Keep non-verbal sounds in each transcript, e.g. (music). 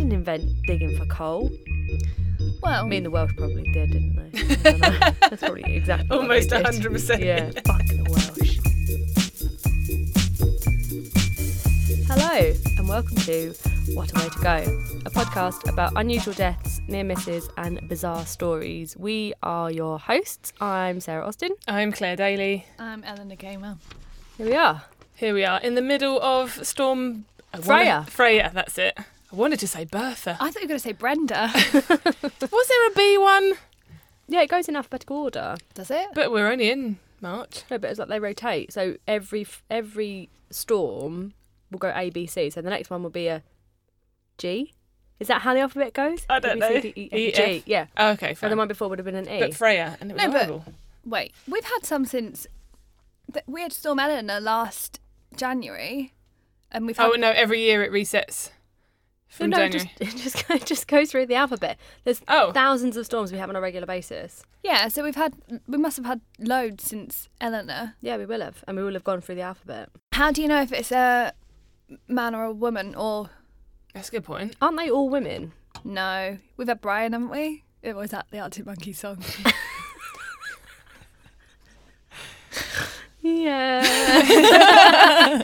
invent digging for coal. Well, I mean, the Welsh probably did, didn't they? I don't know. That's probably exactly. what they Almost did. 100%. Yeah, fucking the Welsh. Hello, and welcome to What a Way to Go, a podcast about unusual deaths, near misses, and bizarre stories. We are your hosts. I'm Sarah Austin. I'm Claire Daly. I'm Eleanor Gamer. Here we are. Here we are in the middle of Storm I wanted- Freya. Freya, that's it. I wanted to say Bertha. I thought you were going to say Brenda. Was there a B one? Yeah, it goes in alphabetical order. (laughs) Does it? But we're only in March. No, but it's like they rotate. So every f- every storm will go A B C. So the next one will be a G. Is that how the alphabet goes? I don't A, B, C, know. D, E, E, F, G. F. Yeah. Oh, okay, And the fine. one before would have been an E. But Freya, and it was No, but- horrible. Wait, we've had some since th- we had Storm Eleanor last January, and we've had Oh no, every year it resets from no, no, it January. just (laughs) it just go, it just goes through the alphabet. There's Oh. thousands of storms we have on a regular basis. yeah. So we've had we must have had loads since Eleanor. Yeah, we will have, and we will have gone through the alphabet. How do you know if it's a man or a woman or That's a good point. Aren't they all women? no? We've had Brian, haven't we? It was that the Arctic Monkey song. Yeah,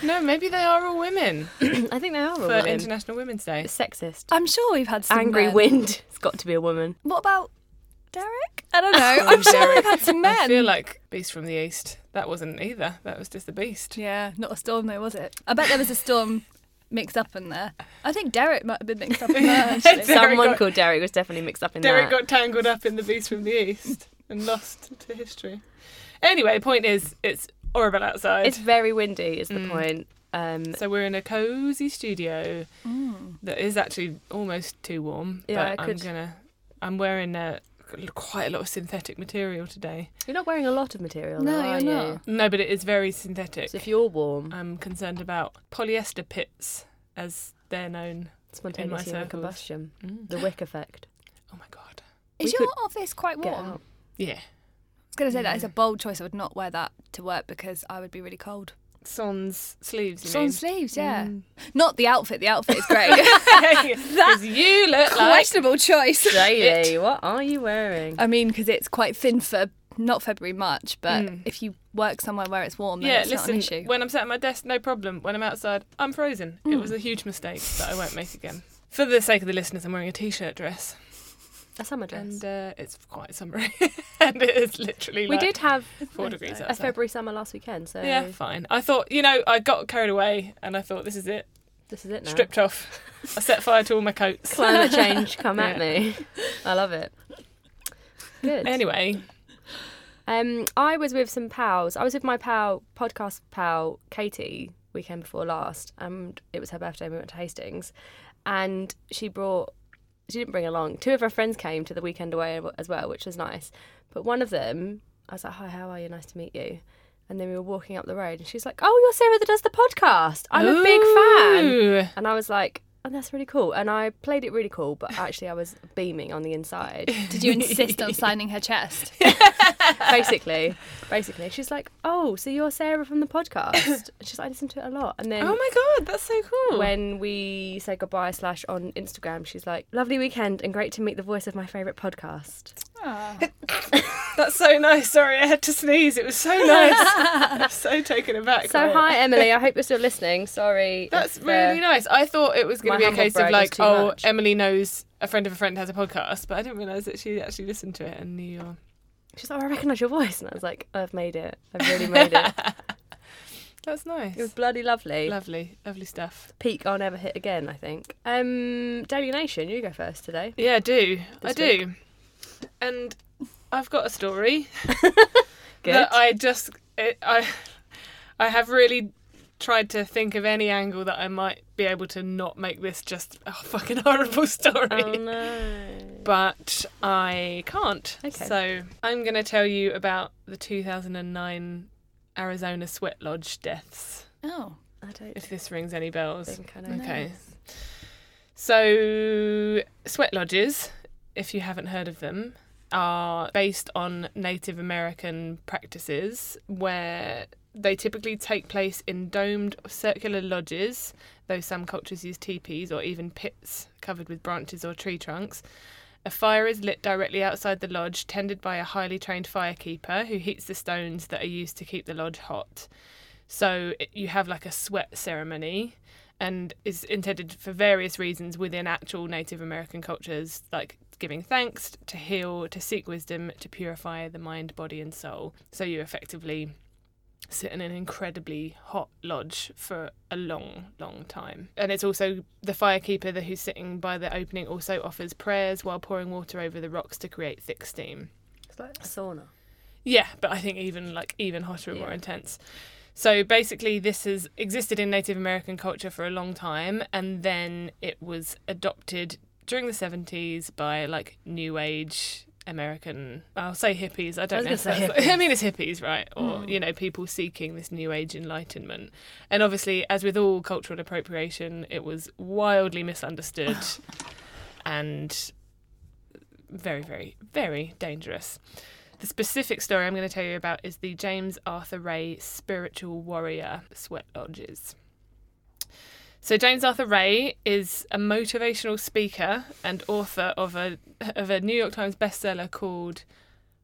No, maybe they are all women (laughs) I think they are all for women. International Women's Day. Sexist. I'm sure we've had some Angry men. wind. (laughs) It's got to be a woman. What about Derek? I (laughs) don't know. I'm sure we've had some men. Oh, I feel like Beast from the East. That wasn't either. That was just the Beast. Yeah, not a storm though, was it? I bet there was a storm mixed up in there. I think Derek might have been mixed up in (laughs) there. actually. Derek Someone got- called Derek was definitely mixed up in that. Derek got tangled up in the Beast from the East and lost to history. Anyway, point is, it's horrible outside. It's Mm. very windy, is the point. Um, so we're in a cozy studio that is actually almost too warm. Yeah, but I I'm could- gonna. I'm wearing a, quite a lot of synthetic material today. you're not wearing a lot of material, No, though, are you're you? not. No, but it is very synthetic. So if you're warm, I'm concerned about polyester pits, as they're known. spontaneous human circles. combustion, Mm. the wick effect. Oh my god. Is We your could office quite warm? Get I was out. (laughs) Yeah. going to say that is a bold choice. I would not wear that to work because I would be really cold. Sans sleeves. You It's on mean? sleeves, yeah. Mm. (laughs) Not the outfit. The outfit is great. (laughs) (laughs) Because you look like Questionable choice. (laughs) Daily, what are you wearing? I mean, because it's quite thin for not February, March, but if you work somewhere where it's warm, then yeah. it's not an Listen, issue. when I'm sat at my desk, no problem. When I'm outside, I'm frozen. It Mm. was a huge mistake that I won't make again. For the sake of the listeners, I'm wearing a t-shirt dress, a summer dress. and uh, it's quite summery, (laughs) and it is literally we like did have four degrees a outside. February summer last weekend, so Yeah, fine. I thought, you know, I got carried away, and I thought this is it. this is it now. (laughs) Stripped off. I set fire to all my coats. Climate change, come at Yeah. me. I love it. Good. Anyway, Um, I was with some pals. I was with my pal, podcast pal, Katie, weekend before last, and it was her birthday. and We went to Hastings, and she brought. She didn't bring along. Two of her friends came to the weekend away as well, which was nice. But one of them, I was like, "Hi, how are you? Nice to meet you." And then we were walking up the road, and she's like, "Oh, you're Sarah that does the podcast. I'm a big fan." Ooh. And I was like, "Oh, that's really cool." And I played it really cool, but actually, I was beaming on the inside. Did you insist on signing her chest? basically, basically, she's like, "Oh, so you're Sarah from the (laughs) podcast?" And she's like, "I listen to it a lot." And then Oh my god, that's so cool. when we say goodbye slash on Instagram, she's like, "Lovely weekend and great to meet the voice of my favorite podcast." That's so nice. Sorry, I had to sneeze. It was so nice. (laughs) (laughs) I'm so taken aback. by So it. hi Emily, I hope (laughs) you're still listening. Sorry, That's if, uh, really nice. I thought it was my going to be a humble case brag of was like, too oh, much. Emily knows a friend of a friend has a podcast, but I didn't realise that she actually listened to it and knew your. She's like, "Oh, "I recognise your voice," and I was like, "I've made it. I've really made (laughs) it. That's nice. It was bloody lovely. lovely, lovely stuff. Peak I'll never hit again. I think." Um, Daily Nation, you go first today. Yeah, I do. I This do. And I've got a story Good. that (laughs) I just it, I I have really tried to think of any angle that I might be able to not make this just a fucking horrible (laughs) story. oh no. but I can't. Okay. So I'm going to tell you about the 2009 Arizona Sweat Lodge deaths, Oh, I don't if this rings any bells. think I know. Okay. So, sweat lodges, if you haven't heard of them, are based on Native American practices where They typically take place in domed circular lodges, though some cultures use teepees or even pits covered with branches or tree trunks. A fire is lit directly outside the lodge, tended by a highly trained firekeeper who heats the stones that are used to keep the lodge hot. So it- you have like a sweat ceremony and is intended for various reasons within actual Native American cultures, like giving thanks, to heal, to seek wisdom, to purify the mind, body, and soul. So you effectively sit in an incredibly hot lodge for a long, long time. And it's also the firekeeper that who's sitting by the opening also offers prayers while pouring water over the rocks to create thick steam. It's like a sauna. Yeah, but I think even like even hotter and more Yeah. intense. So basically, this has existed in Native American culture for a long time, and then it was adopted during the seventies by like New Age American. I'll say hippies. I don't I know. was if gonna say Hmm. that's- (laughs) I mean, it's hippies, right? Or you know, people seeking this New Age enlightenment. And obviously, as with all cultural appropriation, it was (sighs) wildly misunderstood, and very, very, very dangerous. The specific story I'm going to tell you about is the James Arthur Ray Spiritual Warrior Sweat Lodges. So James Arthur Ray is a motivational speaker and author of a of a New York Times bestseller called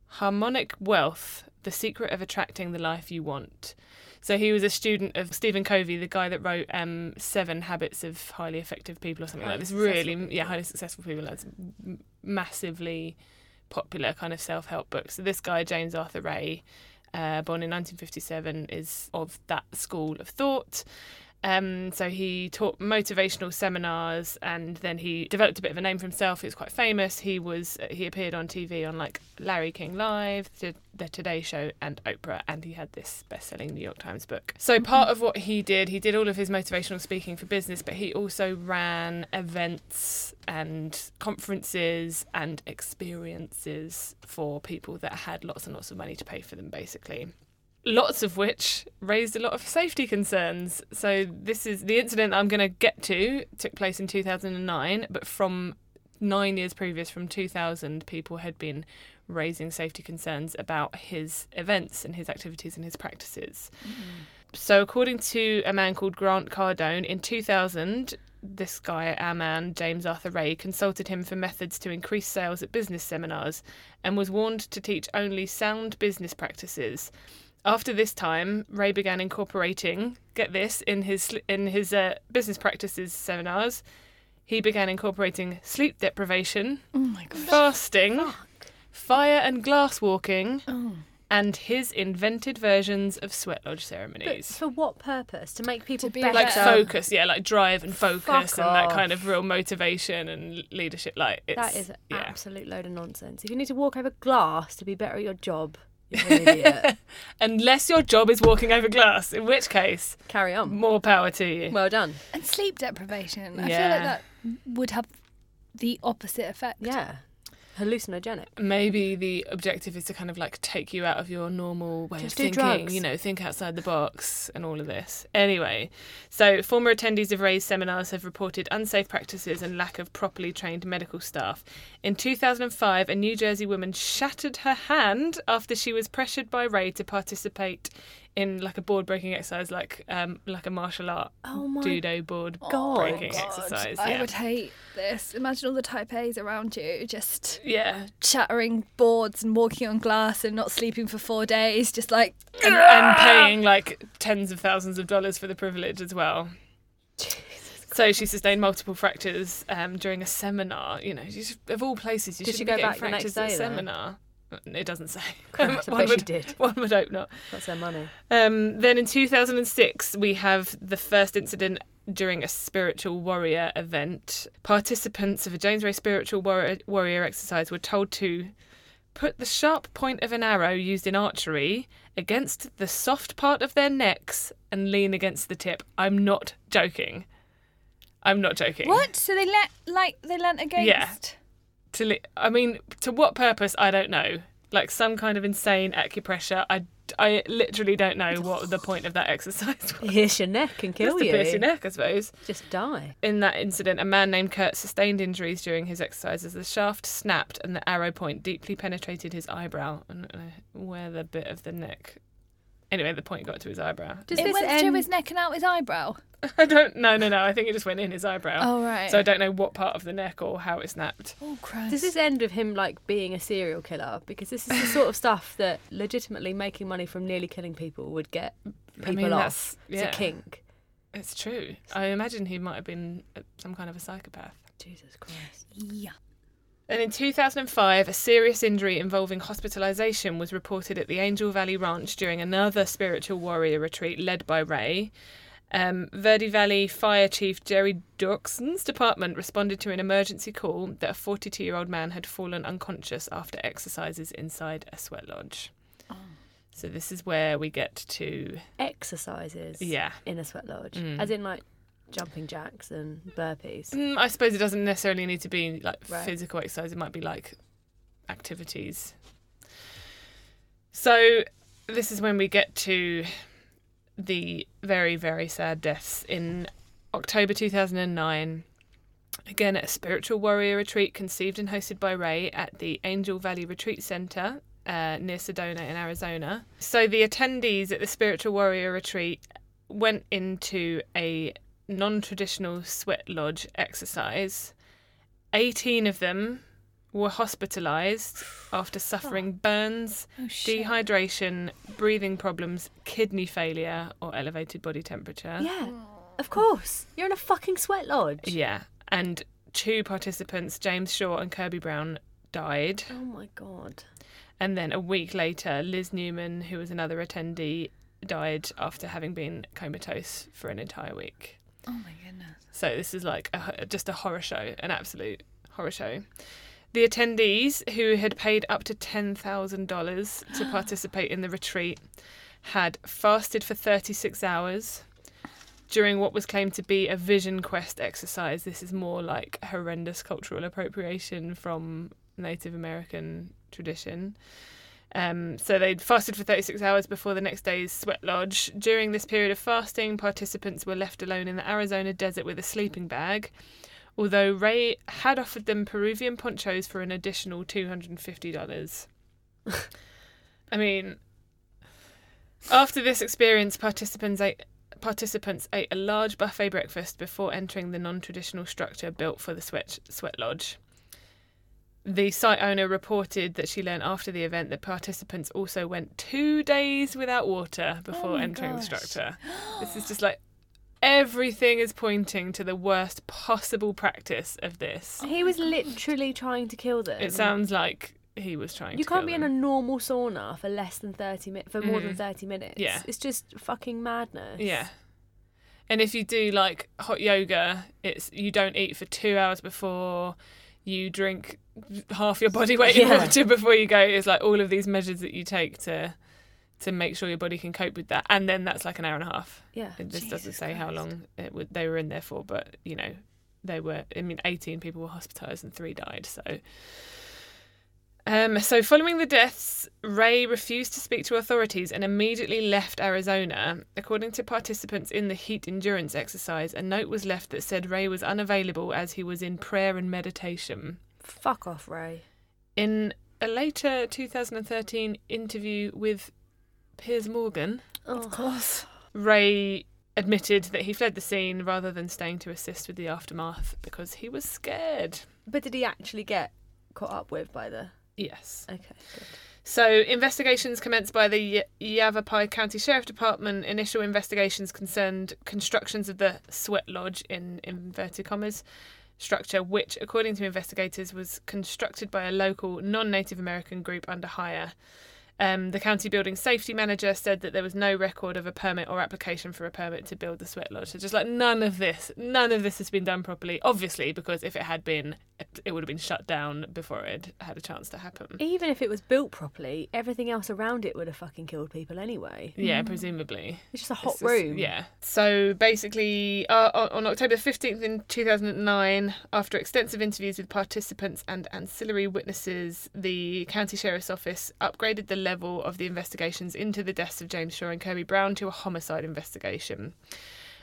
Harmonic Wealth: The Secret of Attracting the Life You Want. So he was a student of Stephen Covey, the guy that wrote um, Seven Habits of Highly Effective People or something Highly like this. successful Really, people. yeah, highly successful people. That's m- massively popular kind of self help book. So this guy, James Arthur Ray, uh, born in 1957, is of that school of thought. Um, so he taught motivational seminars, and then he developed a bit of a name for himself. He was quite famous. He was uh, he appeared on TV on like Larry King Live, the, the Today Show, and Oprah, and he had this best-selling New York Times book. So part of what he did, he did all of his motivational speaking for business, but he also ran events and conferences and experiences for people that had lots and lots of money to pay for them, basically lots of which raised a lot of safety concerns. So this is the incident I'm going to get to took place in 2009, but from 9 years previous from 2000 people had been raising safety concerns about his events and his activities and his practices. So according to a man called Grant Cardone in 2000 this guy, our man, James Arthur Ray, consulted him for methods to increase sales at business seminars and was warned to teach only sound business practices. After this time, Ray began incorporating, get this, in his in his uh, business practices seminars, he began incorporating sleep deprivation, Oh my god. fasting, fire and glass walking, Oh. and his invented versions of sweat lodge But ceremonies. for what purpose? To make people be better. like Yeah. focus, yeah, like drive and focus Fuck and that off. kind of real motivation and leadership. Like it's, That is an yeah. absolute load of nonsense. If you need to walk over glass to be better at your job, you're an (laughs) idiot. Unless your job is walking over glass, in which case, Carry on. more power to you. Well done. And sleep deprivation. I feel Yeah. like that would have the opposite effect. Yeah. Hallucinogenic. maybe the objective is to kind of like take you out of your normal way Just of do thinking, drugs. you know, think outside the box and all of this. Anyway, so former attendees of Ray's seminars have reported unsafe practices and lack of properly trained medical staff. In 2005, a New Jersey woman shattered her hand after she was pressured by Ray to participate in like a board breaking exercise, like um, like a martial art Oh my judo board God. breaking Oh, God. exercise. I Yeah. would hate this. Imagine all the type A's around you just yeah, shattering boards and walking on glass and not sleeping for four days, just like and, Ah! and paying like tens of thousands of dollars for the privilege as well. So she sustained multiple fractures um, during a seminar. You know, you just, of all places, you Did should she be go getting back the next fractures at a day, though? seminar. It doesn't say. Crap, I bet (laughs) one she would, did. One would hope not. That's their money. Um, then in 2006, we have the first incident during a spiritual warrior event. Participants of a James Ray spiritual warrior, warrior exercise were told to put the sharp point of an arrow used in archery against the soft part of their necks and lean against the tip. I'm not joking. I'm not joking. what? So they let like they leant against. To li- I mean, to what purpose? I don't know. Like some kind of insane acupressure. I, I literally don't know what the point of that (laughs) exercise (laughs) was. Pierce your neck and kill Just to you. pierce your neck, I suppose. Just die. In that incident, a man named Kurt sustained injuries during his exercise as the shaft snapped uh, and the arrow point deeply penetrated his eyebrow. I don't know where the bit of the neck Anyway, the point got to his eyebrow. (laughs) Does it this went through end- his neck and out his eyebrow. I don't. No, no, no. I think it just went in his eyebrow. Oh right. So I don't know what part of the neck or how it snapped. oh Christ. Does this end with him like being a serial killer? Because this is the sort of stuff that legitimately making money from nearly killing people would get people mean, off. that's- yeah. It's a kink. It's true. I imagine he might have been uh, some kind of a psychopath. Jesus Christ. Yeah. And in 2005, a serious injury involving hospitalisation was reported at the Angel Valley Ranch during another spiritual warrior retreat led by Ray. Um, Verde Valley Fire Chief Jerry Dorkson's department responded to an emergency call that a 42 year old man had fallen unconscious after exercises inside a sweat lodge. So, this is where we get to. Exercises Yeah. in a sweat lodge. As in like jumping jacks and burpees. Mm, I suppose it doesn't necessarily need to be like Right. physical exercise. It might be like activities. So this is when we get to the very very sad deaths in October 2009. Again, at a spiritual warrior retreat conceived and hosted by Ray at the Angel Valley Retreat Center uh, near Sedona in Arizona. So, the attendees at the spiritual warrior retreat went into a non traditional sweat lodge exercise. 18 of them were hospitalized after suffering burns, Oh shit. dehydration, breathing problems, kidney failure, or elevated body temperature. Yeah. Of course. You're in a fucking sweat lodge. Yeah, and two participants, James Shaw and Kirby Brown, died. Oh my god. And then a week later, Liz Newman, who was another attendee, died after having been comatose for an entire week. oh my goodness. So this is like a, just a horror show, an absolute horror show. The attendees who had paid up to ten thousand dollars to participate in the retreat had fasted for thirty six hours during what was claimed to be a vision quest exercise. This is more like horrendous cultural appropriation from Native American tradition. Um, so they'd fasted for 36 hours before the next day's sweat lodge. During this period of fasting, participants were left alone in the Arizona desert with a sleeping bag. Although Ray had offered them Peruvian ponchos for an additional $250. I mean, after this experience, participants ate, participants ate a large buffet breakfast before entering the non traditional structure built for the sweat, sweat lodge. The site owner reported that she learned after the event that participants also went two days without water Oh before my entering the gosh. structure. (gasps) This is just like everything is pointing to the worst possible practice of this. He was literally trying to kill them. It sounds like he was trying you to can't kill be them. Mm. in a normal sauna for less than 30 minutes, for more than 30 minutes. Yeah. It's just fucking madness. Yeah. And if you do like hot yoga, it's you don't eat for two hours before you drink half your body weight in Yeah. water before you go. It's like all of these measures that you take to to make sure your body can cope with that. And then that's like an hour and a half. Yeah. It just doesn't Oh, Jesus say how Christ. long it would, they were in there for, but you know, they were. I mean, eighteen people were hospitalised and three died. So, um, so following the deaths, Ray refused to speak to authorities and immediately left Arizona. According to participants in the heat endurance exercise, a note was left that said Ray was unavailable as he was in prayer and meditation. Fuck off, Ray. In a later 2013 interview with Piers Morgan, Of course. Ray admitted that he fled the scene rather than staying to assist with the aftermath because he was scared. But did he actually get caught up with by the? Yes. Okay. Good. So, investigations commenced by the Y- Yavapai County Sheriff Department. Initial investigations concerned constructions of the sweat lodge in inverted commas structure, which, according to investigators, was constructed by a local non Native American group under hire. Um, the county building safety manager said that there was no record of a permit or application for a permit to build the sweat lodge. So just like none of this, none of this has been done properly. Obviously, because if it had been, it- it would have been shut down before it had had a chance to happen. Even if it was built properly, everything else around it would have fucking killed people anyway. Yeah, presumably. It's just a Mm. hot It's just- room. Yeah. So basically, uh, on- on October 15th in 2009, after extensive interviews with participants and ancillary witnesses, the county sheriff's office upgraded the level of the investigations into the deaths of James Shaw and Kirby Brown to a homicide investigation.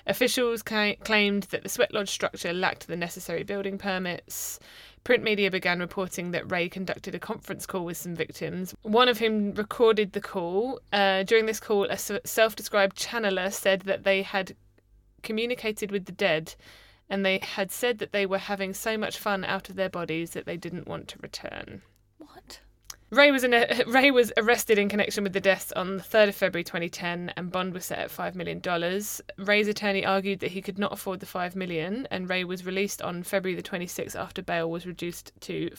Officials ca- claimed that the sweat lodge structure lacked the necessary building permits. Print media began reporting that Ray conducted a conference call with some victims, one of whom recorded the call. Uh, during this call, a self described channeler said that they had communicated with the dead and they had said that they were having so much fun out of their bodies that they didn't want to return. What? Ray was, in a, (laughs) Ray was arrested in connection with the deaths on the 3rd of February 2010 and bond was set at $5 million. Ray's attorney argued that he could not afford the $5 million and Ray was released on February the 26th after bail was reduced to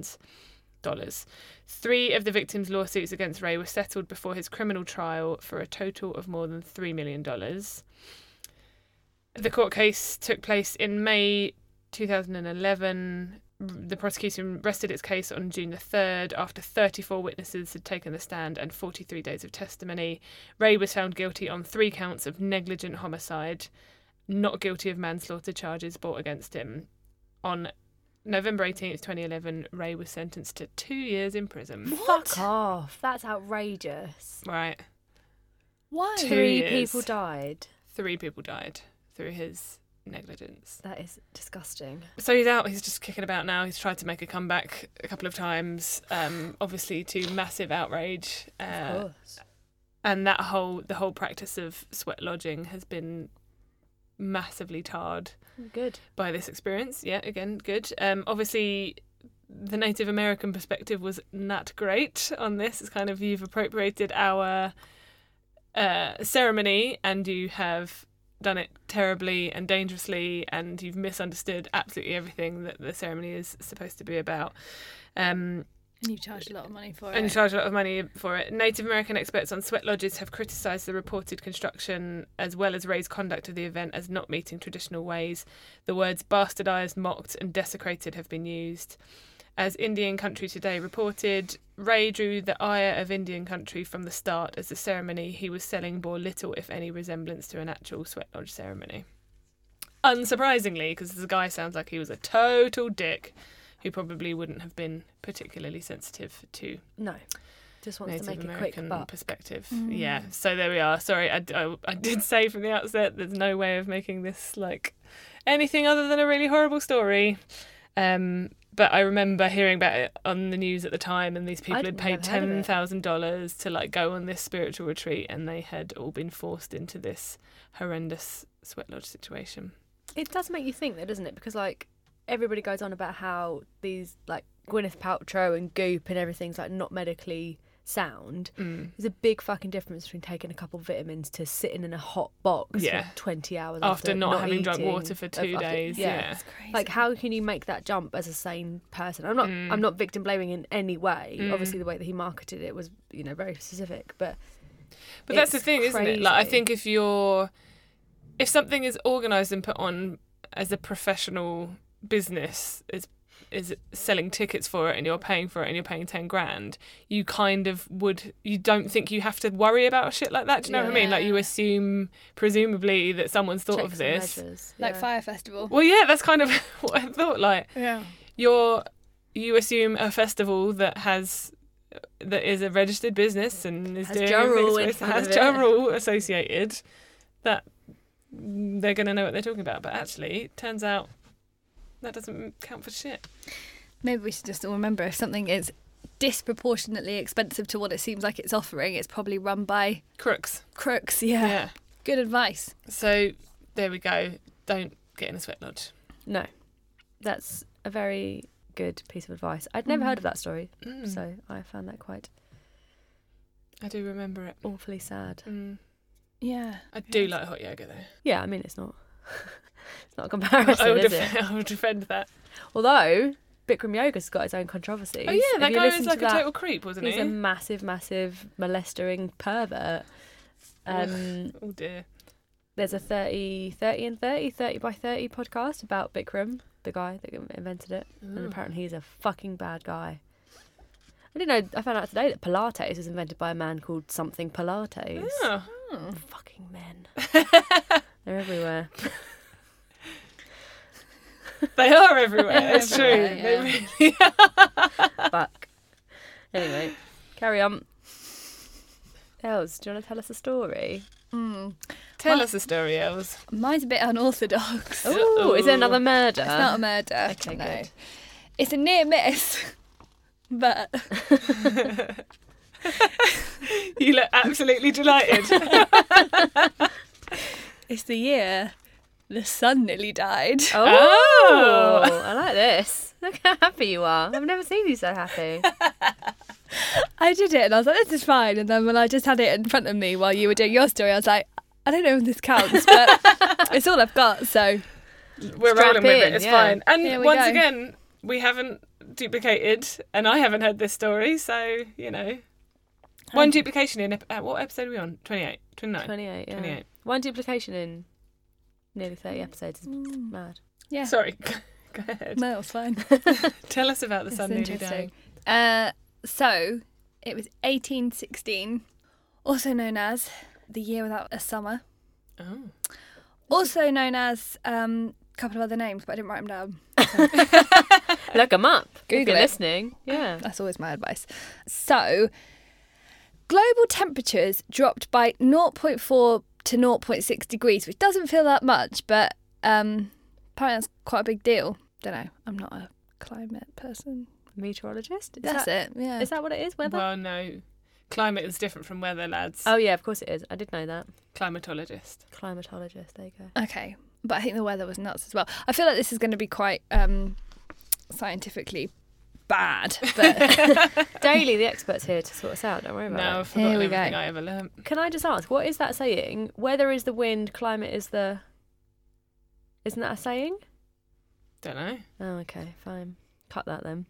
$525,000. Three of the victims' lawsuits against Ray were settled before his criminal trial for a total of more than $3 million. The court case took place in May 2011. The prosecution rested its case on June the 3rd after 34 witnesses had taken the stand and 43 days of testimony. Ray was found guilty on three counts of negligent homicide, not guilty of manslaughter charges brought against him. On November 18th, 2011, Ray was sentenced to two years in prison. Fuck off. That's outrageous. Right. Why? Two Three years. people died. Three people died through his negligence. That is disgusting. So he's out. He's just kicking about now. He's tried to make a comeback a couple of times, um, obviously to massive outrage. Of Uh, course. and that whole the whole practice of sweat lodging has been massively tarred Good. by this experience. Yeah, again, good. Um, obviously, the Native American perspective was not great on this. It's kind of you've appropriated our uh, ceremony and you have done it terribly and dangerously, and you've misunderstood absolutely everything that the ceremony is supposed to be about. Um, And you charge a lot of money for and it. charge a lot of money for it. Native American experts on sweat lodges have criticised the reported construction as well as Ray's conduct of the event as not meeting traditional ways. The words bastardised, mocked, and desecrated have been used. As Indian Country Today reported, Ray drew the ire of Indian Country from the start as the ceremony he was selling bore little, if any, resemblance to an actual sweat lodge ceremony. Unsurprisingly, because the guy sounds like he was a total dick who probably wouldn't have been particularly sensitive to No. Just wants Native to make American a quick buck. perspective. Mm. Yeah. So there we are. Sorry, I, I, I did (laughs) say from the outset there's no way of making this like anything other than a really horrible story. Um, but I remember hearing about it on the news at the time, and these people had I'd paid never heard of ten it. thousand dollars to like go on this spiritual retreat, and they had all been forced into this horrendous sweat lodge situation. It does make you think, though, doesn't it? Because like everybody goes on about how these like Gwyneth Paltrow and Goop and everything's like not medically sound. Mm. There's a big fucking difference between taking a couple of vitamins to sitting in a hot box Yeah. for 20 hours After after, not having drunk eating water for a two fucking- days, yeah. It's crazy. Like, how can you make that jump as a sane person? I'm not. Mm. I'm not victim blaming in any way. Obviously, the way that he marketed it was, you know, very specific. But But that's the It's thing, isn't it? Like I crazy. think if you're if something is organized and put on as a professional business is is selling tickets for it and you're paying for it and you're paying 10 grand you kind of would you don't think you have to worry about shit like that do you know what i mean like you Yeah. assume presumably that someone's thought of checks and this measures, like yeah. Fire Festival. well yeah that's kind of (laughs) what i thought like Yeah. you're you assume a festival that has that is a registered business and is Has doing Ja everything Rule it's in supposed- front has of Ja it. Rule associated that they're going to know what they're talking about but actually turns out that doesn't count for shit Maybe we should just all remember if something is disproportionately expensive to what it seems like it's offering, it's probably run by (sighs) crooks crooks. Yeah. yeah Good advice. so there we go don't get in a sweat lodge No, that's a very good piece of advice. I'd never heard of that story, Mm. so I found that quite i do remember it awfully sad. Mm. Yeah. i do like hot yoga though Yeah, I mean, it's not. (laughs) it's not a comparison, (laughs) I, will is def- it? I will defend that Although Bikram Yoga's got its own controversies. oh yeah If that you guy listen was to like a that, total creep wasn't He's he a massive, massive molestering pervert. Um, oh dear there's a 30, 30 and 30, 30 by 30 podcast about Bikram, the guy that invented it. And Ooh. apparently he's a fucking bad guy. I didn't know, I found out today that Pilates was invented by a man called something Pilates. Oh. Hmm. Fucking (laughs) men. They're everywhere. They are everywhere. It's true. Everywhere, They yeah. really- Fuck. Anyway, carry on. Els, do you want to tell us a story? Tell us a story, Els. Hmm. Mine's a bit unorthodox. It's Oh, is there another murder? not a murder. Okay, no. good. It's a near miss, (laughs) but You look absolutely delighted. it's the year the sun nearly died. Oh, I like this. Look how happy you are. I've never seen you so happy. (laughs) I did it and I was like, this is fine. And then when I just had it in front of me while you were doing your story, I was like, I don't know if this counts, (laughs) but it's all I've got. So We're Strap rolling with it. in, It's yeah. fine. Here And we once go. again, we haven't duplicated, and I haven't heard this story, so you know, one duplication in. ep- Uh, what episode are we on? 28, 29. 28, yeah. 28. One duplication in nearly 30 episodes is mad. yeah, Sorry, (laughs) go ahead. no, it's fine. Tell us about the It's sun nearly dying. Uh, so it was 1816, also known as the year without a summer, Oh. also known as um, a couple of other names, but I didn't write them down. Look them up. if Google you're it. listening. Yeah. (laughs) That's always my advice. So, global temperatures dropped by 0.4 to 0.6 degrees, which doesn't feel that much, but um, apparently that's quite a big deal. Don't know. I'm not a climate person. Meteorologist? Is that's that, it. Yeah. Is that what it is? Weather? Well, no. Climate is different from weather, lads. oh, yeah, of course it is. I did know that. Climatologist. (laughs) Climatologist. There you (laughs) go. Okay, but I think the weather was nuts as well. I feel like this is going to be quite um, scientifically bad, but Daily, the expert's here to sort us out. Don't worry about Now it. I've forgotten Here we go. everything I ever learnt. Can I just ask, what is that saying? Weather is the wind, climate is the. Isn't that a saying? Don't know. Oh, okay, fine. Cut that then.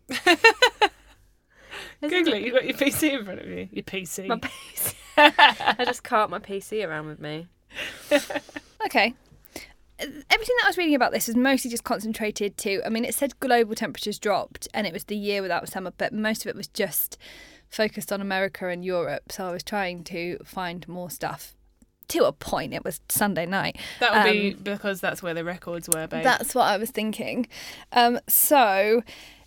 Isn't Google it. You've got your PC in front of you. Your PC. My PC. I just cart my PC around with me. okay. Everything that I was reading about this was mostly just concentrated to. I mean, it said global temperatures dropped, and it was the year without summer, but most of it was just focused on America and Europe. So I was trying to find more stuff. To a point, it was Sunday night. That would be because that's where the records were, babe. That's what I was thinking. Um, so,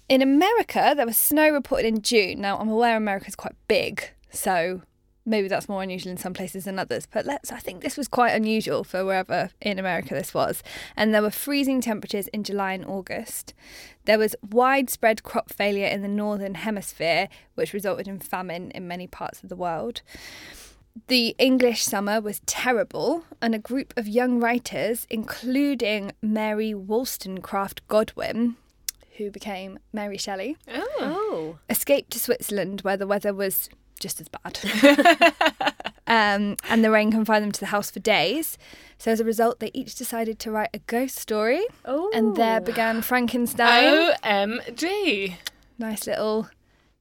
in America, there was snow reported in June. Now, I'm aware America's quite big, so maybe that's more unusual in some places than others. But let's, I think this was quite unusual for wherever in America this was. And there were freezing temperatures in July and August. There was widespread crop failure in the northern hemisphere, which resulted in famine in many parts of the world. The English summer was terrible, and a group of young writers, including Mary Wollstonecraft Godwin, who became Mary Shelley, oh. Oh. escaped to Switzerland where the weather was just as bad. um, and the rain confined them to the house for days. So, as a result, they each decided to write a ghost story, Oh. and there began Frankenstein. Oh. OMG. Nice little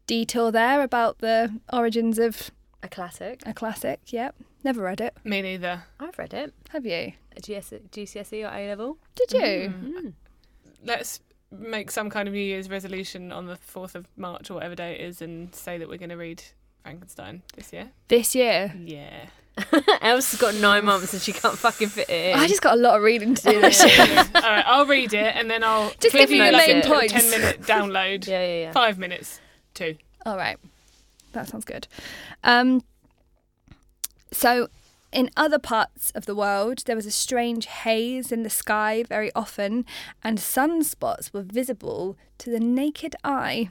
detour there about the origins of a classic. a classic. Yep, never read it. Me neither. I've read it. Have you? At GS- GCSE E or A (laughs) level. Did you? Let's make some kind of New Year's resolution on the 4th of March or whatever day it is and say that we're going to read Frankenstein this year. This year. Yeah. Else has got nine months and she can't fucking fit it in. I just got a lot of reading to do this year. All right, I'll read it and then I'll Just clip give me the like main a points. 10 minute (laughs) download. yeah, yeah, yeah. Five minutes. Two. (laughs) All right. That sounds good. Um, so, in other parts of the world, there was a strange haze in the sky very often, and sunspots were visible to the naked eye.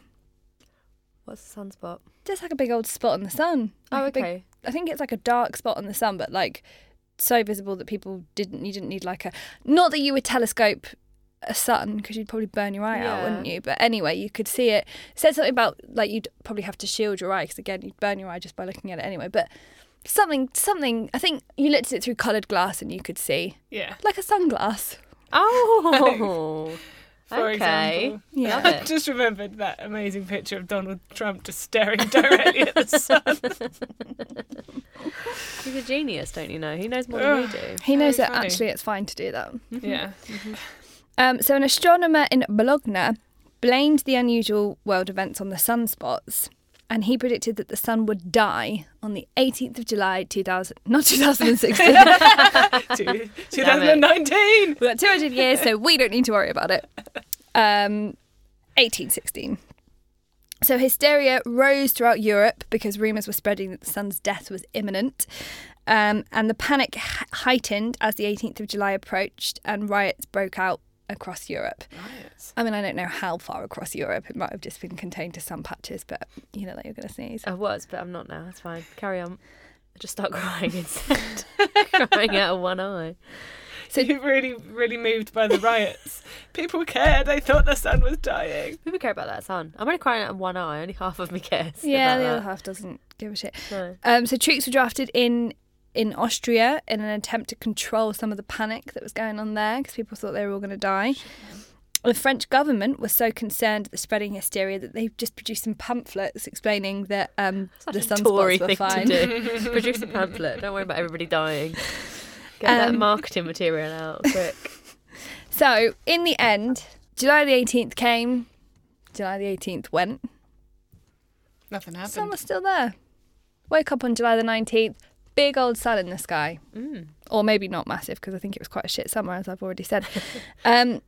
What's the sunspot? Just like a big old spot on the sun. Oh, Like a big- okay. I think it's like a dark spot on the sun, but like so visible that people didn't you didn't need like a not that you would telescope a sun because you'd probably burn your eye out, Yeah. wouldn't you? But anyway, you could see it. it said something about like you'd probably have to shield your eye because again you'd burn your eye just by looking at it anyway. But something something I think you looked at it through coloured glass and you could see Yeah. like a sunglass. Oh. For okay. example. Yeah. Love I it. just remembered that amazing picture of Donald Trump just staring (laughs) directly at the sun. (laughs) He's a genius, don't you know? He knows more than we do. He knows Very that funny. actually it's fine to do that. Yeah. Um, so, an astronomer in Bologna blamed the unusual world events on the sunspots, and he predicted that the sun would die on the 18th of July, 2000, not 2016. We've (laughs) Two- 2019. got 200 years, so we don't need to worry about it. Um, 1816. So, hysteria rose throughout Europe because rumours were spreading that the sun's death was imminent. Um, and the panic h- heightened as the 18th of July approached and riots broke out across Europe. Riots. I mean, I don't know how far across Europe. It might have just been contained to some patches, but you know that you're going to sneeze. I was, but I'm not now. That's fine. Carry on. I just start (laughs) crying instead. (laughs) crying out of one eye. So you really, really moved by the riots. People cared. They thought their son was dying. People care about that son. I'm only crying out of one eye. Only half of me cares. Yeah, the other about half doesn't give a shit. that. No. Um, so troops were drafted in in Austria in an attempt to control some of the panic that was going on there because people thought they were all going to die. The French government was so concerned at the spreading hysteria that they just produced some pamphlets explaining that um, Such the a Tory sunspots were thing fine. to do. Produce a pamphlet. Don't worry about everybody dying. Get that Um, marketing material out quick. So in the end, July the 18th came, July the 18th went. Nothing happened. Sun was still there. Woke up on July the 19th, big old sun in the sky. Mm. Or maybe not massive because I think it was quite a shit summer, as I've already said. um,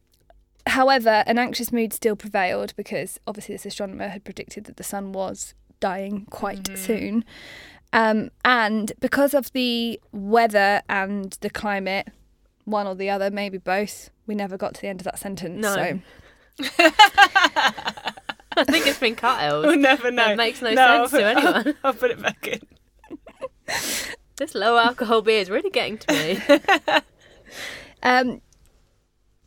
however, an anxious mood still prevailed because obviously this astronomer had predicted that the sun was dying quite soon. Um, and because of the weather and the climate, one or the other, maybe both, we never got to the end of that sentence. No. So. I think it's been cut out. We'll never know. That makes no Oh, No, sense (laughs) to I'll- anyone. I'll put it back in. This low alcohol beer is really getting to me. Um,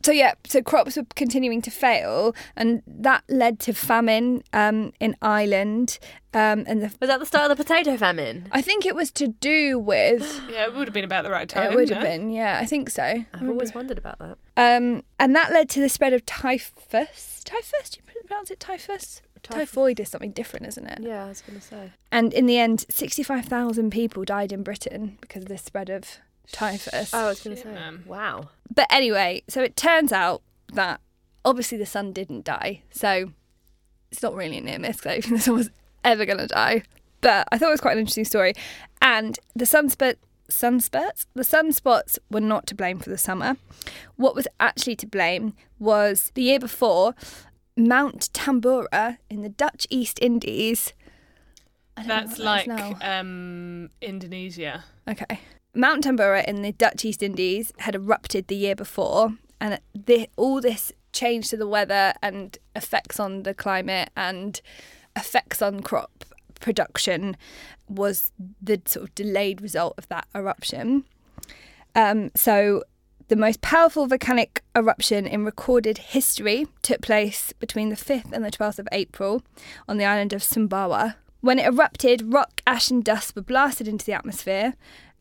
so yeah, so crops were continuing to fail, and that led to famine um, in Ireland. Um, and the, Was that the start of the potato famine? I think it was to do (gasps) with. Yeah, it would have been about the right time. it would have no? been, yeah, I think so. I've always wondered about that. Um, and that led to the spread of typhus. Typhus? Do you pronounce it typhus? Typhoid is something different, isn't it? Yeah, I was going to say. And in the end, sixty-five thousand people died in Britain because of this spread of typhus. Oh, I was going to Shit, say. man. Wow. But anyway, so it turns out that obviously the sun didn't die, so it's not really a near miss because I don't think the sun was ever going to die. But I thought it was quite an interesting story, and the sunspot sunspurts the sunspots were not to blame for the summer. What was actually to blame was the year before Mount Tambora in the Dutch East Indies. I don't know That's what that is like now. um, Indonesia. Okay. Mount Tambora in the Dutch East Indies had erupted the year before, and thi- all this change to the weather and effects on the climate and effects on crop production was the sort of delayed result of that eruption. Um, so, the most powerful volcanic eruption in recorded history took place between the 5th and the 12th of April on the island of Sumbawa. When it erupted, rock, ash, and dust were blasted into the atmosphere,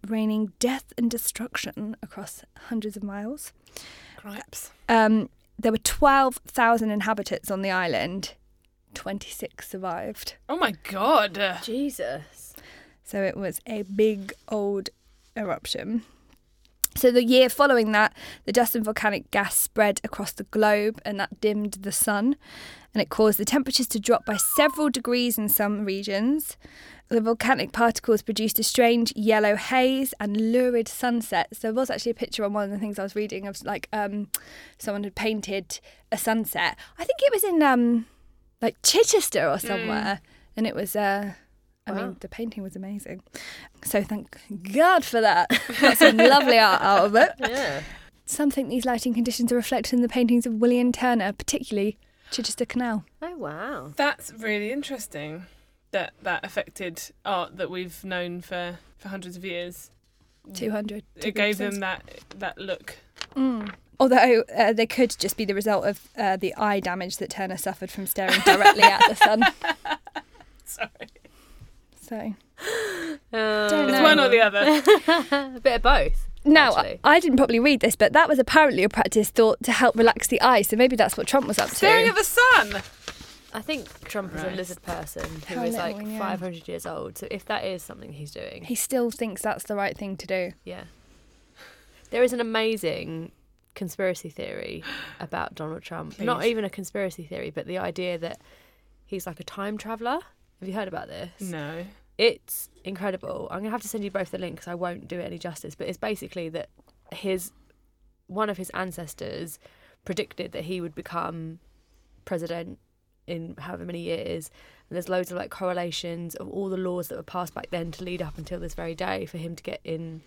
raining death and destruction across hundreds of miles. Cripes. Um, there were 12,000 inhabitants on the island, 26 survived. Oh my god. Uh, Jesus. So it was a big old eruption. So the year following that, the dust and volcanic gas spread across the globe and that dimmed the sun and it caused the temperatures to drop by several degrees in some regions. The volcanic particles produced a strange yellow haze and lurid sunsets. There was actually a picture on one of the things I was reading of like um, someone had painted a sunset. I think it was in um, like Chichester or somewhere, and it was. Uh, I Wow. mean, the painting was amazing. So thank God for that. Got some lovely art out of it. Yeah. Some think these lighting conditions are reflected in the paintings of William Turner, particularly Chichester Canal. Oh, wow. that's really interesting. That that affected art that we've known for for hundreds of years. 200. It gave them that that look. Although uh, they could just be the result of uh, the eye damage that Turner suffered from staring directly at the (laughs) sun. Sorry, So Um, Don't it's No. one or (laughs) the other. Uh, a bit of both. now I, Actually. I didn't probably read this, but that was apparently a practice thought to help relax the eye. So maybe that's what Trump was up Staring to. at the sun. I think Trump is a Right. lizard person who How is little, like yeah. 500 years old. So if that is something he's doing, He still thinks that's the right thing to do. Yeah. There is an amazing conspiracy theory about Donald Trump. Not Please. even a conspiracy theory, but the idea that he's like a time traveler. Have you heard about this? No. It's incredible. I'm going to have to send you both the link because I won't do it any justice, but it's basically that his one of his ancestors predicted that he would become president in however many years. And there's loads of like correlations of all the laws that were passed back then to lead up until this very day for him to get in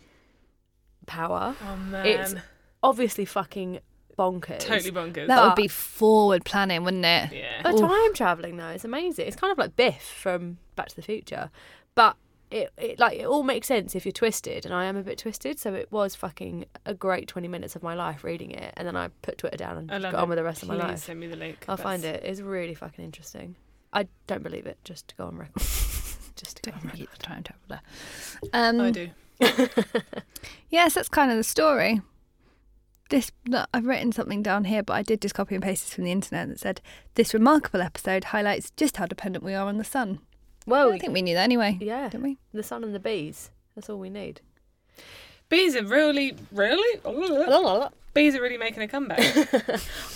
power. Oh man, It's obviously fucking bonkers. totally bonkers. That would But- be forward planning, wouldn't it? (laughs) yeah. But time traveling though is amazing. It's kind of like Biff from Back to the Future, but it, it like it all makes sense if you're twisted, and I am a bit twisted. So it was fucking a great twenty minutes of my life reading it, and then I put Twitter down and I just love got it. on with the rest of my Please life. Send me the link. I'll That's- find it. It's really fucking interesting. I don't believe it. Just to go on record. (laughs) just to go on Don't record. keep time traveler. I Mm. Um, do. yes, that's kind of the story. This look, I've written something down here, but I did just copy and paste this from the internet that said this remarkable episode highlights just how dependent we are on the sun. Well, I think we knew that anyway, yeah, didn't we? the sun and the bees. That's all we need. Bees are really, really. I Bees are really making (laughs) a comeback.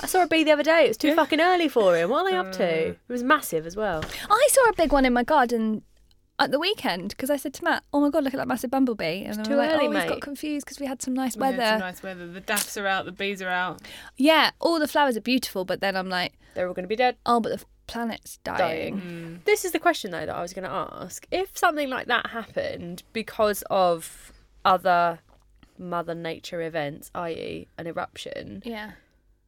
saw a bee the other day. It was too Yeah. Uh. fucking early for him. What are they up to? It was massive as well. I saw a big one in my garden at the weekend because I said to Matt, "Oh my god, look at that massive bumblebee!" And I'm too like, early, "Oh, we've got mate." confused because we had some nice We had weather." some nice weather. The daffs are out. The bees are out. Yeah, all the flowers are beautiful, but then I'm like, They're all going to be dead. "Oh, but the f- planet's dying." Mm. This is the question though that I was going to ask. If something like that happened because of other mother nature events, i.e., an eruption, Yeah.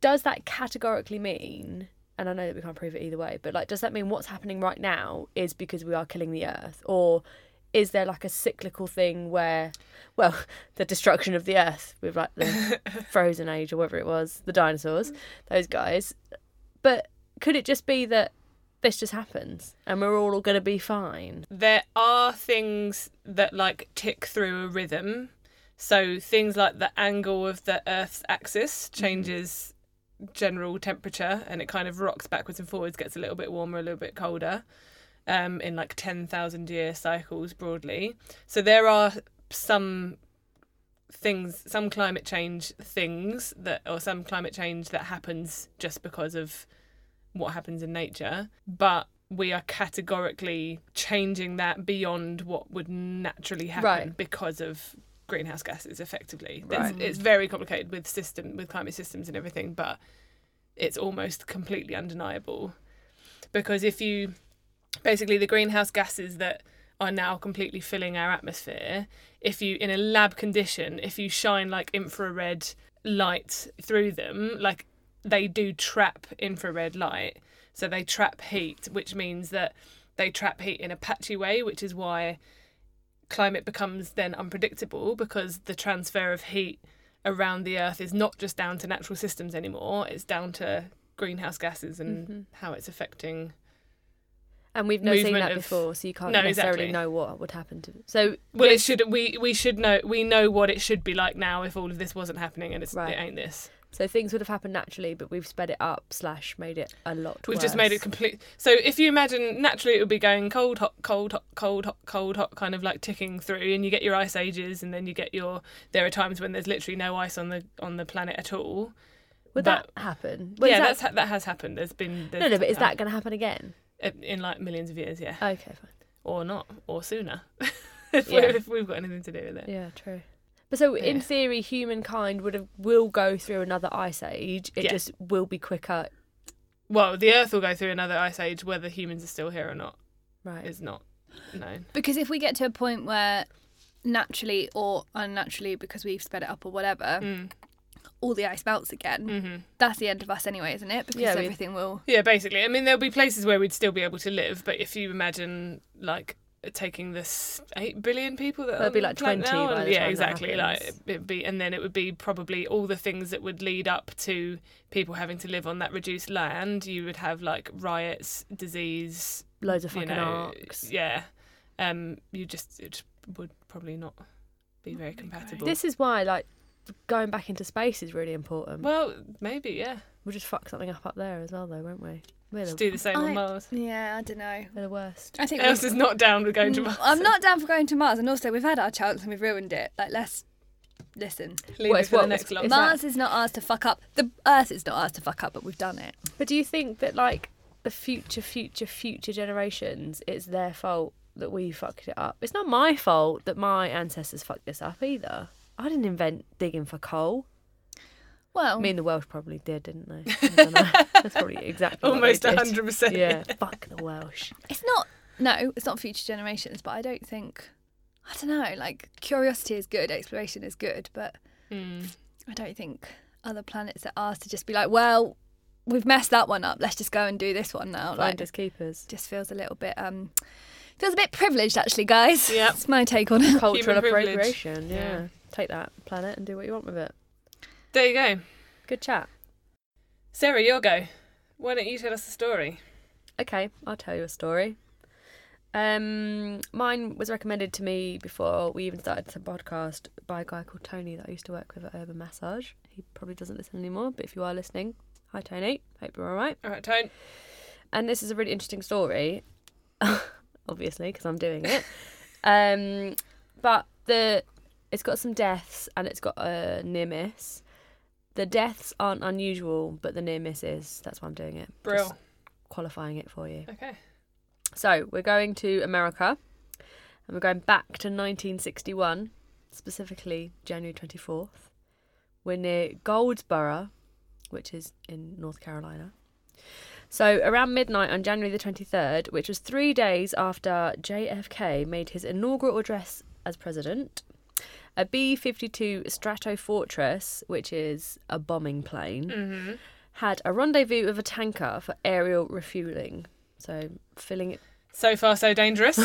does that categorically mean and I know that we can't prove it either way, but like does that mean what's happening right now is because we are killing the earth or is there like a cyclical thing where well, (laughs) the destruction of the earth with like (laughs) the frozen age or whatever it was, the dinosaurs, those guys. But could it just be that this just happens and we're all going to be fine? there are things that like tick through a rhythm. So things like the angle of the Earth's axis changes general temperature, and it kind of rocks backwards and forwards, gets a little bit warmer, a little bit colder, um, in like ten thousand year cycles broadly. So there are some things, some climate change things that, or some climate change that happens just because of what happens in nature, but we are categorically changing that beyond what would naturally happen Right. because of greenhouse gases effectively. It's- Right. It's very complicated with system with climate systems and everything, but it's almost completely undeniable. Because if you basically the greenhouse gases that are now completely filling our atmosphere, if you in a lab condition, if you shine like infrared light through them, like they do trap infrared light. So they trap heat, which means that they trap heat in a patchy way, which is why climate becomes then unpredictable because the transfer of heat around the earth is not just down to natural systems anymore, it's down to greenhouse gases and how it's affecting And we've never seen Movement that of- before, so you can't No, necessarily exactly. know what would happen to. So Well, it should. We we should know. We know what it should be like now if all of this wasn't happening, and it's, Right. it ain't this. so things would have happened naturally, but we've sped it up slash made it a lot. We've just worse. made it complete. So if you imagine naturally, it would be going cold, hot, cold, hot, cold, hot, cold, hot, kind of like ticking through, and you get your ice ages, and then you get your. There are times when there's literally no ice on the on the planet at all. Would But- that happen? Well, is yeah, that- that's ha- that has happened. There's been there's uh, no, no, but is that going to happen again? in like millions of years? Yeah, Okay, fine. or not, or sooner. (laughs) if, Yeah. we, if we've got anything to do with it. Yeah, true. But so, in Yeah. theory, humankind would have will go through another ice age. It Yeah. just will be quicker, Well, the Earth will go through another ice age, whether humans are still here or not. right? Is not known. Because if we get to a point where naturally or unnaturally, because we've sped it up or whatever, Mm. all the ice melts again, that's the end of us anyway, isn't it? Because Mm-hmm. Yeah, we- everything will. Yeah, basically. I mean, there'll be places where we'd still be able to live, but if you imagine like taking this eight billion people that There'd be, on like, the planet 20 now, by and- the yeah, time that exactly. like happens. it'd be, and then it would be probably all the things that would lead up to people having to live on that reduced land. You would have like riots, disease, Loads of you fucking know, arcs. yeah. Um, you just it would probably not be very compatible. This is why, like, going back into space is really important. well, maybe yeah. We'll just fuck something up up there as well, though, won't we? We're Just the, do the (laughs) same I- on Mars. Yeah, I don't know. we're the worst. I think Else we- is not down with Mm, going to Mars. I'm not down for going to Mars, and also we've had our chance and we've ruined it. Like, let's listen. Leave Well, it it's for what- the next it's- lot. Is Mars is not ours to fuck up. The Earth is not ours to fuck up, but we've done it. But do you think that, like, the future, future, future generations, it's their fault that we fucked it up? It's not my fault that my ancestors fucked this up either. I didn't invent digging for coal. Well, Me and the Welsh probably did, didn't they? I don't know. That's probably exactly Almost what they did. 100%. Yeah, fuck the Welsh. it's not. No, it's not future generations, but I don't think. I don't know. Like curiosity is good, exploration is good, but Hmm. Mm. I don't think other planets are asked to just be like, well, we've messed that one up. Let's just go and do this one now. Like, Finders keepers. just feels a little bit um, feels a bit privileged actually, guys. (laughs) Yep. that's my take on it. Cultural privilege. appropriation. Yeah. Yeah. Take that planet and do what you want with it. There you go. Good chat. Sarah, your go. Why don't you tell us the story? Okay, I'll tell you a story. Um, mine was recommended to me before we even started the podcast by a guy called Tony that I used to work with at Urban Massage. He probably doesn't listen anymore, but if you are listening, hi Tony. Hope you're all right. All right, Tone. and this is a really interesting story, (laughs) obviously, because I'm doing it. Um, but the it's got some deaths and it's got a near miss. The deaths aren't unusual, but the near miss is. That's why I'm doing it. Brill. Just qualifying it for you. Okay. So we're going to America, and we're going back to 1961, specifically January 24th. We're near Goldsboro, which is in North Carolina. So around midnight on January the 23rd, which was three days after JFK made his inaugural address as president, a B-52 Stratofortress, which is a bombing plane, had a rendezvous with a tanker for aerial refueling. So filling it So far, so (laughs) dangerous.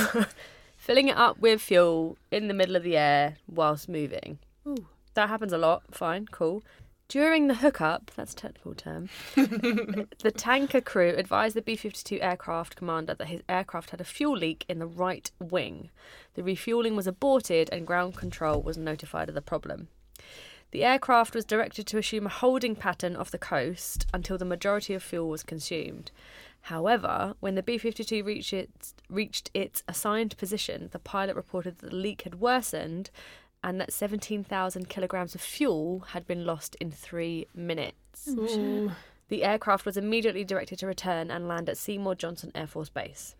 filling it up with fuel in the middle of the air whilst moving. Ooh. That happens a lot. Fine, cool. During the hookup, that's a technical term, the tanker crew advised the B 52 aircraft commander that his aircraft had a fuel leak in the right wing. The refueling was aborted and ground control was notified of the problem. The aircraft was directed to assume a holding pattern off the coast until the majority of fuel was consumed. However, when the B 52 reached its, reached its assigned position, the pilot reported that the leak had worsened and that 17,000 kilograms of fuel had been lost in three minutes. Ooh. The aircraft was immediately directed to return and land at Seymour Johnson Air Force Base.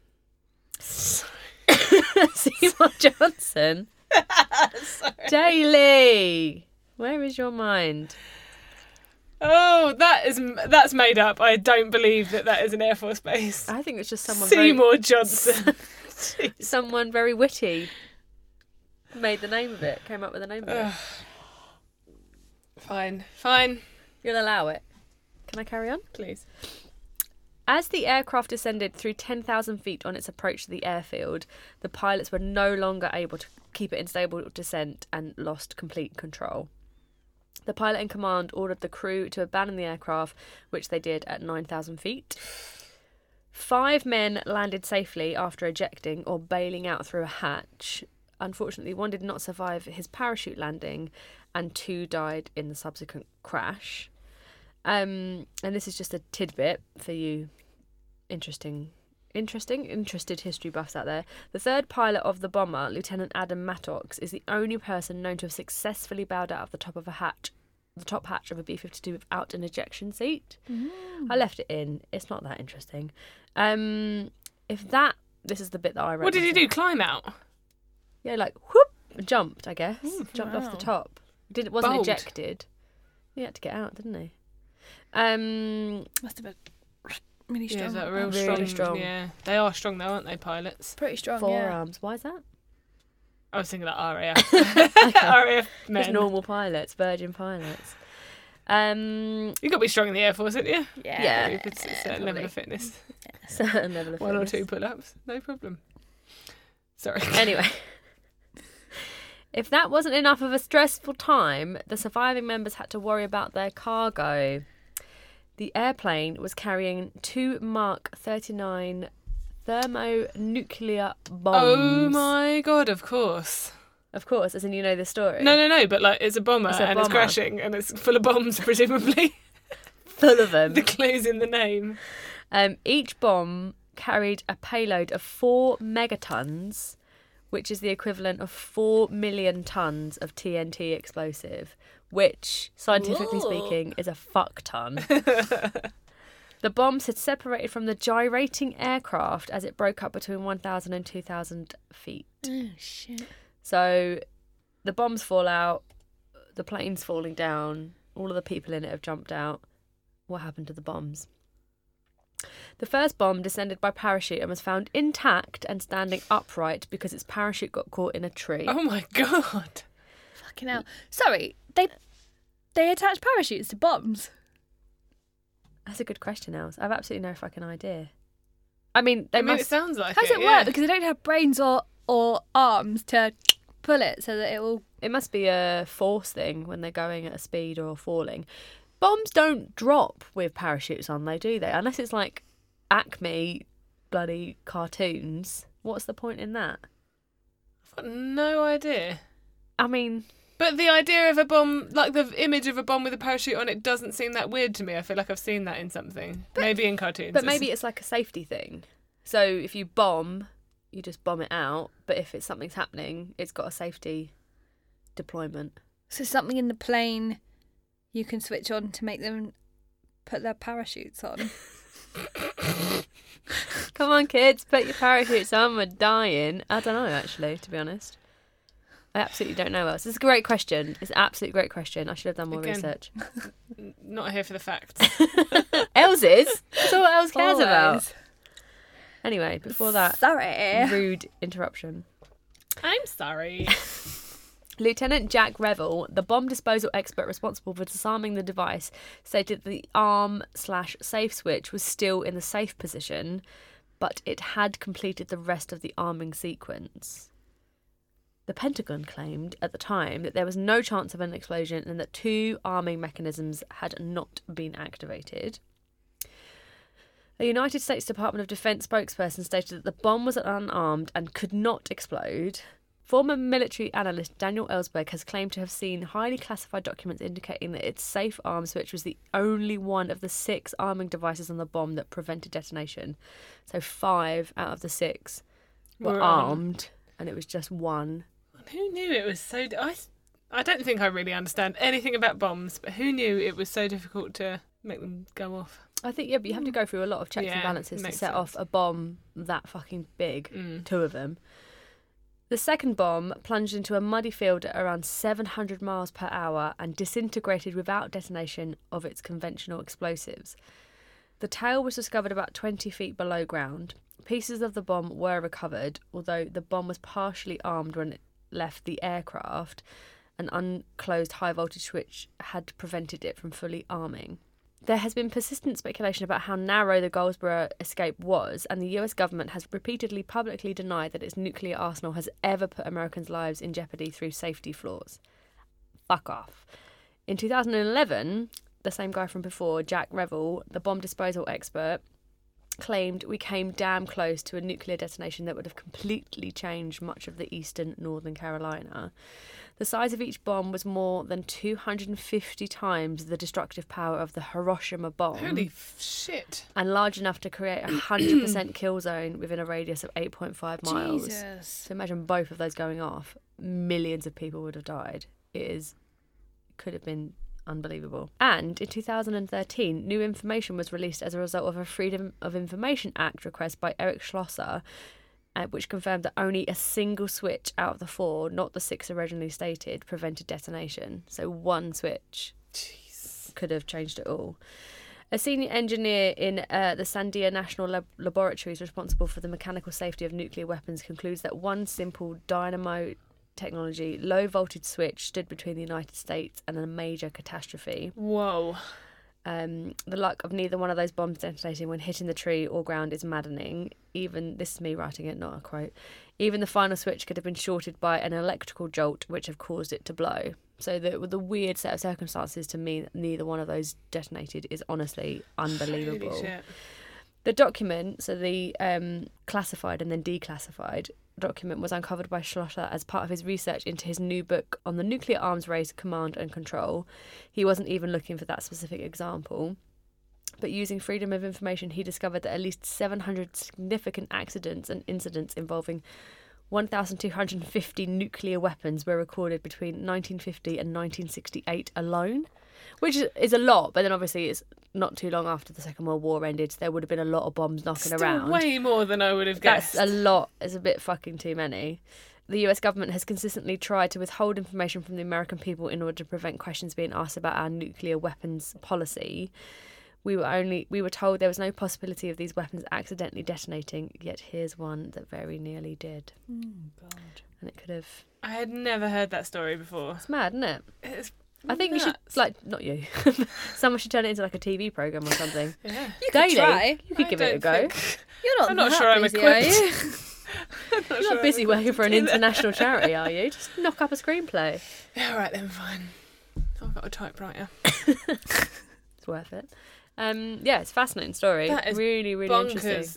(coughs) Seymour Johnson? Daily! Where is your mind? Oh, that is that's made up. I don't believe that that is an Air Force base. I think it's just someone very, Seymour (laughs) Johnson. (laughs) someone very witty made the name of it, came up with the name of it. Ugh. fine, fine. You'll allow it. Can I carry on? Please. As the aircraft descended through 10,000 feet on its approach to the airfield, the pilots were no longer able to keep it in stable descent and lost complete control. The pilot in command ordered the crew to abandon the aircraft, which they did at 9,000 feet. Five men landed safely after ejecting or bailing out through a hatch. Unfortunately, one did not survive his parachute landing, and two died in the subsequent crash. Um, and this is just a tidbit for you, interesting, interesting, interested history buffs out there. The third pilot of the bomber, Lieutenant Adam Mattox, is the only person known to have successfully bowed out of the top of a hatch, the top hatch of a B fifty two without an ejection seat. I left it in. It's not that interesting. Um, if that, this is the bit that I wrote. What did he myself. do? Climb out? Yeah, like whoop, and jumped. I guess jumped off wow. the top. Did not wasn't Bold. ejected. He had to get out, didn't he? Um, Must have been really Yeah, strong. is that real Really strong? strong. Yeah, they are strong though, aren't they, pilots? Pretty strong. Yeah. forearms. Why is that? I was thinking (laughs) that RAF, (laughs) RAF Just (laughs) men. normal pilots, Virgin pilots. Um, You got to be strong in the Air Force, haven't you? Yeah. Yeah. You could set a level (laughs) probably. of fitness. certain level of One or fitness. two pull-ups, no problem. Sorry. Anyway, (laughs) if that wasn't enough of a stressful time, the surviving members had to worry about their cargo. The airplane was carrying two Mark 39 thermonuclear bombs. (laughs) Oh my god! Of course. Of course, as in you know this story. No, no, no. But like, it's a bomber It's a and it's bomber. crashing and it's full of (laughs) bombs, (laughs) presumably. Full of them. (laughs) the clues in the name. Um, each bomb carried a payload of four megatons, which is the equivalent of four million tons of TNT explosive, which, scientifically Whoa. speaking, is a fuck (laughs) ton. the bombs had separated from the gyrating aircraft as it broke up between 1,000 and 2,000 feet. Oh shit. So the bombs fall out, the plane's falling down, All of the people in it have jumped out. What happened to the bombs? The first bomb descended by parachute and was found intact and standing upright because its parachute got caught in a tree. Oh my god. Fucking hell. Sorry, they they attach parachutes to bombs. That's a good question, Els. I've absolutely no fucking idea. I mean, they I mean, it must. sounds like How does it yeah. work? Because they don't have brains or or arms to pull it so that it will. It must be a force thing when they're going at a speed or falling. Bombs don't drop with parachutes on, though, do they? Unless it's like Acme bloody cartoons. What's the point in that? I've got no idea. I mean, But the idea of a bomb, like the image of a bomb with a parachute on it, doesn't seem that weird to me. I feel like I've seen that in something, maybe in cartoons. but maybe it's like a safety thing. So if you bomb, you just bomb it out. But if it's something's happening, it's got a safety deployment. So something in the plane you can switch on to make them put their parachutes on. Come on, kids, put your parachutes on. We're dying. I don't know, actually, to be honest. I absolutely don't know else. It's a great question. It's an absolute great question. I should have done more Again. research. not here for (laughs) the facts. (laughs) Els is. That's all Els cares about. Always. Anyway, before (laughs) that Sorry. rude interruption. I'm sorry. Lieutenant Jack Revel, the bomb disposal expert responsible for disarming the device, stated that the arm slash safe switch was still in the safe position, but it had completed the rest of the arming sequence. The Pentagon claimed at the time that there was no chance of an explosion and that two arming mechanisms had not been activated. A United States Department of Defense spokesperson stated that the bomb was unarmed and could not explode. Former military analyst Daniel Ellsberg has claimed to have seen highly classified documents indicating that its safe arm switch was the only one of the six arming devices on the bomb that prevented detonation. So five out of the six were Were armed. armed, and it was just one. Who knew it was so? di- I, I don't think I really understand anything about bombs, but who knew it was so difficult to make them go off? I think yeah, but you have to go through a lot of checks and Hmm. Yeah, balances to makes Hmm. set off a bomb that fucking big. Two of them. The second bomb plunged into a muddy field at around 700 miles per hour and disintegrated without detonation of its conventional explosives. The tail was discovered about 20 feet below ground. Pieces of the bomb were recovered, although the bomb was partially armed when it left the aircraft. An unclosed high voltage switch had prevented it from fully arming. There has been persistent speculation about how narrow the Goldsborough escape was, and the US government has repeatedly publicly denied that its nuclear arsenal has ever put Americans' lives in jeopardy through safety flaws. Fuck off. In 2011, the same guy from before, Jack Revel, the bomb disposal expert, claimed we came damn close to a nuclear detonation that would have completely changed much of the eastern northern Carolina. The size of each bomb was more than 250 times the destructive power of the Hiroshima bomb Holy f- shit! and large enough to create a 100% kill zone within a radius of 8.5 miles. Jesus. So imagine both of those going off. Millions of people would have died. It is could have been unbelievable. And in 2013, new information was released as a result of a Freedom of Information Act request by Eric Schlosser, uh, which confirmed that only a single switch out of the four, not the six originally stated, prevented detonation. So one switch could have changed it all. A senior engineer in uh, the Sandia National Lab- Laboratories responsible for the mechanical safety of nuclear weapons concludes that one simple dynamo technology low voltage switch stood between the United States and a major catastrophe. Whoa! Um, the luck of neither one of those bombs detonating when hitting the tree or ground is maddening. Even this is me writing it, not a quote. Even the final switch could have been shorted by an electrical jolt, which have caused it to blow. So the the weird set of circumstances to mean that neither one of those detonated is honestly unbelievable. Holy shit! The document, so the um, classified and then declassified document, was uncovered by Schlosser as part of his research into his new book on the nuclear arms race, command and control. He wasn't even looking for that specific example. But using freedom of information, he discovered that at least 700 significant accidents and incidents involving 1,250 nuclear weapons were recorded between 1950 and 1968 alone, which is- is a lot. But then obviously, it's not too long after the Second World War ended, so there would have been a lot of bombs knocking Still around. way more than I would have That's guessed. a lot. It's a bit fucking too many. the US government has consistently tried to withhold information from the American people in order to prevent questions being asked about our nuclear weapons policy. We were only we were told there was no possibility of these weapons accidentally detonating, yet here's one that very nearly did. God. And it could have I had never heard that story before. It's mad, isn't it? It's I think you nuts. should like not you. (laughs) Someone should turn it into like a TV program or something. Yeah. You could Daily. try. You could I give it a don't go. think- You're not. I'm not that sure I'm busy, equipped. are you? I'm not You're sure not busy I'm working for an equipped to do that. international charity, are (laughs) you? Just knock up a screenplay. Yeah, all right then, fine. I've got a typewriter. It's worth it. Um, yeah, it's a fascinating story. That is really, really interesting. Bonkers.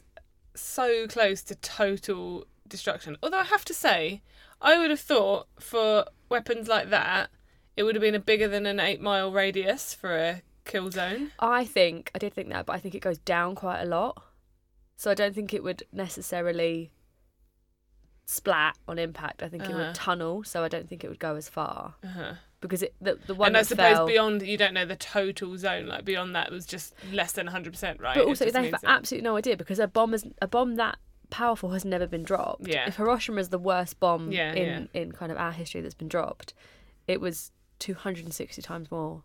So close to total destruction. Although I have to say, I would have thought for weapons like that, it would have been a bigger than an eight mile radius for a kill zone. I think I did think that, but I think it goes down quite a lot. So I don't think it would necessarily splat on impact. I think it Uh-huh. would tunnel, so I don't think it would go as far Uh-huh. because it the, the one and I that suppose fell- beyond you don't know the total zone. Like beyond that was just less than hundred percent, right? But It also, just they means have that- absolutely no idea because a bomb is a bomb that powerful has never been dropped. Yeah. If Hiroshima is the worst bomb Yeah, in in kind of our history that's been dropped, it was 260 times more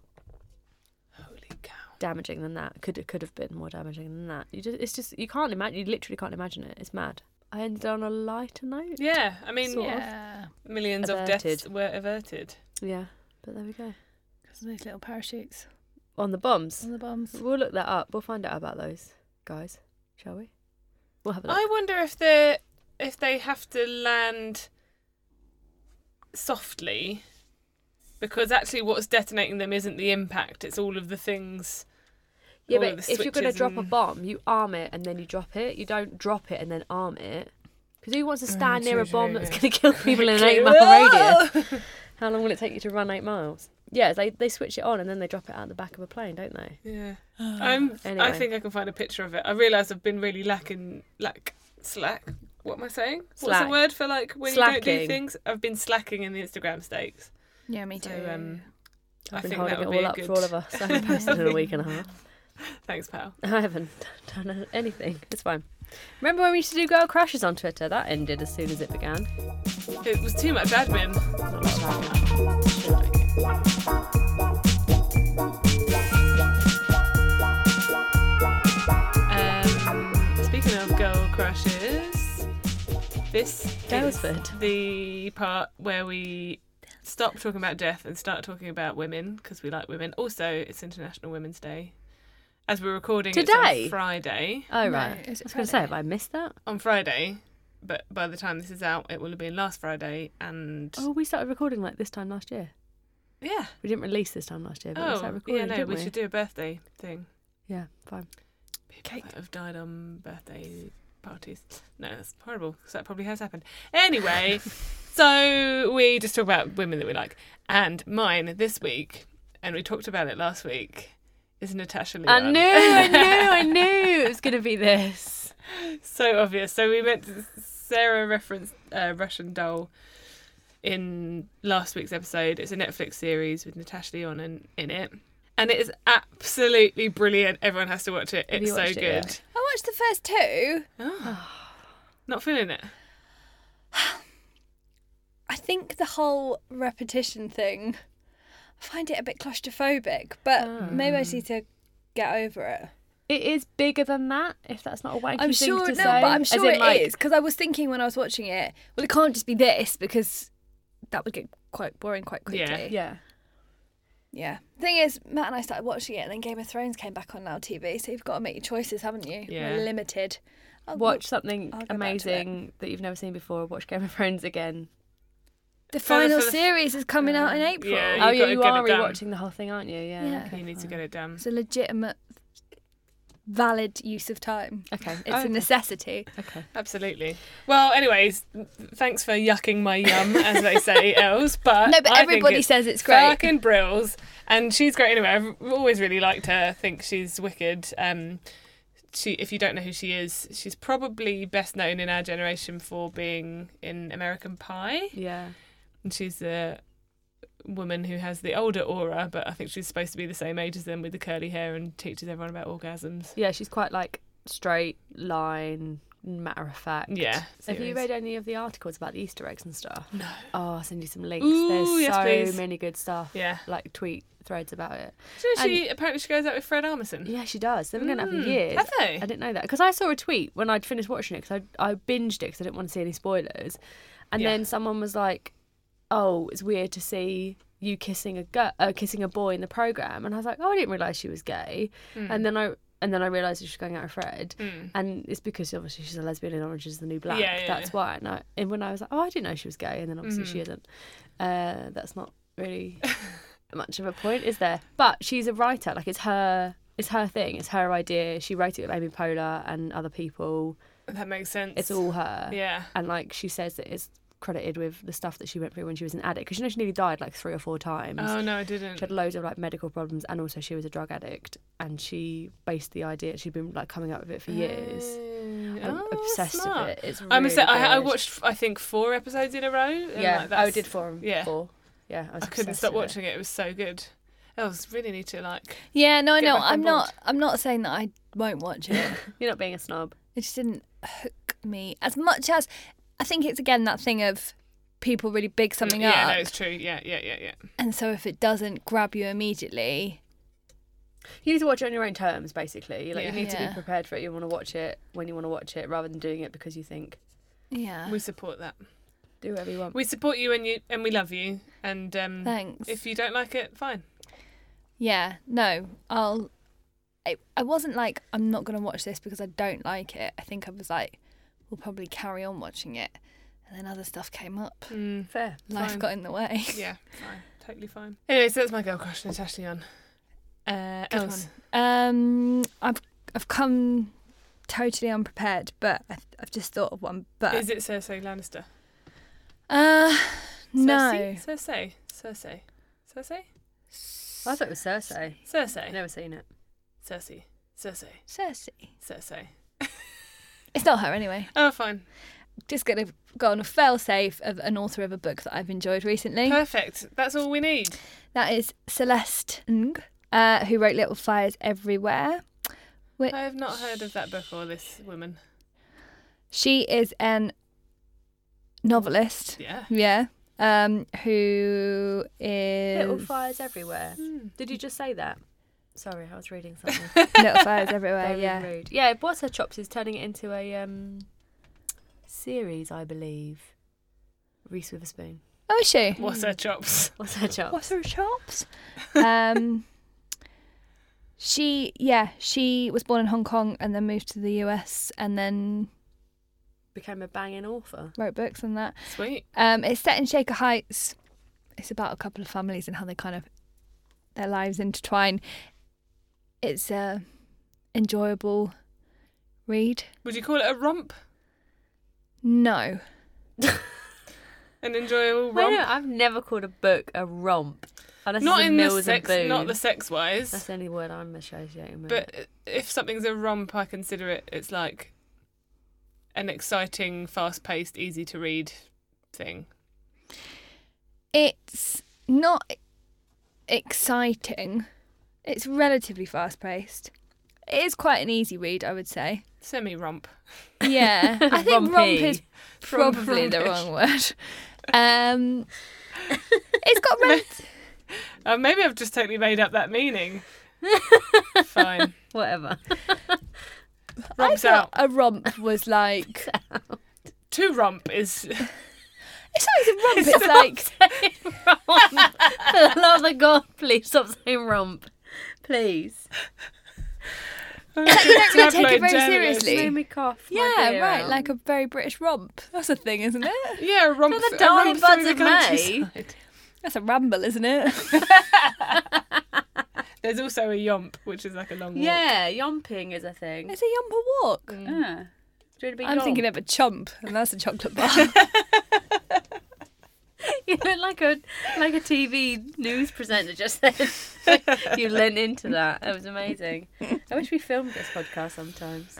Holy cow! damaging than that. Could could have been more damaging than that. You just it's just you can't imagine. You literally can't imagine it. It's mad. I ended on a lighter note. Yeah, I mean, Sort of. Yeah. millions of deaths Averted. were averted. Yeah. But there we go. Because of those little parachutes On the bombs, on the bombs. we'll look that up. We'll find out about those guys, shall we? We'll have a look. I wonder if they if they have to land softly because actually what's detonating them isn't the impact it's all of the things Yeah, all of but the if you're going to switches drop a and- bomb, you arm it and then you drop it. You don't drop it and then arm it. Because who wants to Oh, stand near true, a bomb true, that's yeah. going to (laughs) kill people in an eight mile radius? (laughs) How long will it take you to run eight miles? Yeah, they, they switch it on and then they drop it out the back of a plane, don't they? (sighs) yeah i'm i Anyway. think i can find a picture of it i realize i've been really lacking lack slack what am i saying what's Slack. the word for like when you don't do Slacking. things i've been slacking in the instagram stakes Yeah, me too. so um i I've been think that holding it would be all a up good for all of (laughs) us. I haven't posted in a week and a half. thanks pal I haven't (laughs) done anything. It's fine. Remember when we used to do girl crushes on Twitter? That ended as soon as it (laughs) began. it was too much admin Not much happened. Um, speaking of girl crushes, this Dalesford. is the part where we stop talking about death and start talking about women because we like women. Also, it's International Women's Day. As we're recording it's on Today? Friday. Oh, No, right. I is was it going to say, Friday? have I missed that? On Friday, but by the time this is out, it will have been last Friday. And Oh, we started recording like this time last year. yeah, We didn't release this time last year, but we started oh yeah, recording, no, didn't we we? should do a birthday thing. Yeah, fine. People that have died on birthday parties. No, that's horrible. 'cause that probably has happened. (laughs) Anyway, so we just talk about women that we like, and mine this week, and we talked about it last week. Is Natasha Leon? I knew, I knew, I knew it was going to be this. so obvious. So we went. To, Sarah referenced uh, Russian Doll in last week's episode. It's a Netflix series with Natasha Leon in, in it, and it is absolutely brilliant. Everyone has to watch it. Have It's you so watched good. it yet? I watched the first two. Not feeling it. I think the whole repetition thing, I find it a bit claustrophobic, but Hmm. maybe I just need to get over it. It is bigger than that, if that's not a wanky I'm thing sure, to no, say. but I'm As sure it in, is like, because I was thinking when I was watching it, well, it can't just be this because that would get quite boring quite quickly. Yeah. Yeah. Yeah. Thing is, Matt and I started watching it, and then Game of Thrones came back on Now TV, so you've got to make your choices, haven't you? Yeah. We're limited. Oh, I'll Watch something I'll go back to amazing that you've never seen before. Watch Game of Thrones again. The For the- final for the- series is coming out in April. Uh, Yeah, oh, yeah, you've gotta you get are it done. rewatching the whole thing, aren't you? Yeah. Yeah. Okay, You need to fine. get it done. It's a legitimate, valid use of time. Okay. It's a necessity. Okay. Absolutely. Well, anyways, thanks for yucking my yum, as they (laughs) say, Els. But No, but I think everybody it's says it's great. Fucking brills, and she's great anyway. I've always really liked her. I think she's wicked. Um, she, if you don't know who she is, she's probably best known in our generation for being in American Pie. Yeah. And she's the woman who has the older aura, but I think she's supposed to be the same age as them with the curly hair and teaches everyone about orgasms. Yeah, she's quite like straight line, matter of fact. Yeah. Have you series. read any of the articles about the Easter eggs and stuff? No. Oh, I'll send you some links. Ooh, There's yes, so please. many good stuff. Yeah. Like tweet threads about it. Do you know she apparently she goes out with Fred Armisen. Yeah, she does. They've been going out for Mm, years. have they? I didn't know that because I saw a tweet when I'd finished watching it because I I binged it because I didn't want to see any spoilers, and Yeah. then someone was like, "Oh, it's weird to see." You kissing a girl, uh, kissing a boy in the program, and I was like, "Oh, I didn't realize she was gay." Hmm. And then I, and then I realized she was going out with Fred, and it's because obviously she's a lesbian in Orange Is the New Black. Yeah, yeah, that's yeah. Hmm. why. And, I, and when I was like, "Oh, I didn't know she was gay," and then obviously she isn't. Uh, that's not really (laughs) much of a point, is there? But she's a writer. Like it's her, it's her thing. It's her idea. She wrote it with Amy Poehler and other people. That makes sense. It's all her. Yeah. And like she says that it's credited with the stuff that she went through when she was an addict. Because you know she nearly died like three or four times. Oh no, I She didn't. had loads of like medical problems, and also she was a drug addict. And she based the idea. She'd been like coming up with it for years. Mm. I'm Oh, obsessed smart. with it. It's really I must say, I, I good. watched I think four episodes in a row. and, Yeah, like, I that's- did four. yeah. four. Yeah, I, was I couldn't obsessed stop with it. watching it. It was so good. I was really need to like. Yeah, no, I Get know. back on I'm board. not. I'm not saying that I won't watch it. You're not being a snob. it just didn't hook me as much as I think it's again that thing of people really big something yeah, up, no, it's true. Yeah, yeah, yeah, yeah. and so if it doesn't grab you immediately, You need to watch it on your own terms, basically. Like Yeah. you need to Yeah. be prepared for it. You want to watch it when you want to watch it, rather than doing it because you think yeah. Uh, We support that. do whatever you want. We support you and you and we love you. And um, Thanks. if you don't like it, fine. Yeah, no, I'll. I, I wasn't like I'm not gonna watch this because I don't like it. I think I was like, we'll probably carry on watching it, and then other stuff came up. Mm, Fair. Life (laughs) fine. got in the way. Yeah, fine. Totally fine. Anyway, so that's my girl crush. That's Ashley on. Uh, Good else. Um, I've I've come totally unprepared, but I've, I've just thought of one. But Is it Cersei Lannister? uh, no, Cersei? Cersei. Cersei. Cersei? I thought it was Cersei. Cersei. I've never seen it. Cersei. Cersei. Cersei. Cersei. It's not her anyway. Oh, fine. Just gonna go on a fail safe of an author of a book that I've enjoyed recently. Perfect. That's all we need. That is Celeste Ng, uh, who wrote Little Fires Everywhere. Which I have not heard of that book or this woman. She is an novelist. Yeah. Yeah. Um, who is Little fires everywhere. Hmm. Did you just say that? Sorry, I was reading something. (laughs) Little Fires Everywhere. Very yeah. rude. Yeah, What's Her Chops is turning it into a um, series, I believe. Reese Witherspoon. (laughs) Oh, is she? (laughs) What's Mm. her chops? What's Her Chops? What's her chops? um, she yeah she was born in Hong Kong and then moved to the US and then Became a banging author. wrote books and that. Sweet. Um, it's set in Shaker Heights. It's about a couple of families and how they kind of their lives intertwine. It's a enjoyable read. Would you call it a romp? No, An enjoyable Wait, no, romp? I've never called a book a romp. Unless Not it's a in Mills the and sex, not Boone. the sex That's wise. the only word I'm associating with. (laughs) it. But if something's a romp, I consider it. It's like an exciting, fast-paced, easy to read thing. it's not exciting. It's relatively fast paced. It is quite an easy read, I would say. Semi-romp. Yeah, (laughs) I think romp Rompy. is probably the Rompish. wrong word. Um, it's (laughs) got rel- Uh, maybe I've just totally made up (laughs) that meaning. Fine. (laughs) (laughs) whatever. (laughs) I Romp's thought out. a romp was (laughs) like To romp (laughs) is It's not even romp. It's like romp. For the love of God, please stop saying romp. Please. (laughs) don't take it Tabloid very journalist. seriously. Made me cough. yeah, right, like a very British romp. That's a thing, isn't it? Yeah, a romp. For the a darling romp buds through the of May. (laughs) countryside. That's a ramble, isn't (laughs) it? There's also a yomp, which is like a long walk. Yeah, yomping is a thing. It's a yumper walk. Yeah. Doing a big I'm yomp. thinking of a chomp, and that's a chocolate bar. (laughs) (laughs) you know, like a like a TV news presenter just said. (laughs) you lent into that. That was amazing. I wish we filmed this podcast sometimes.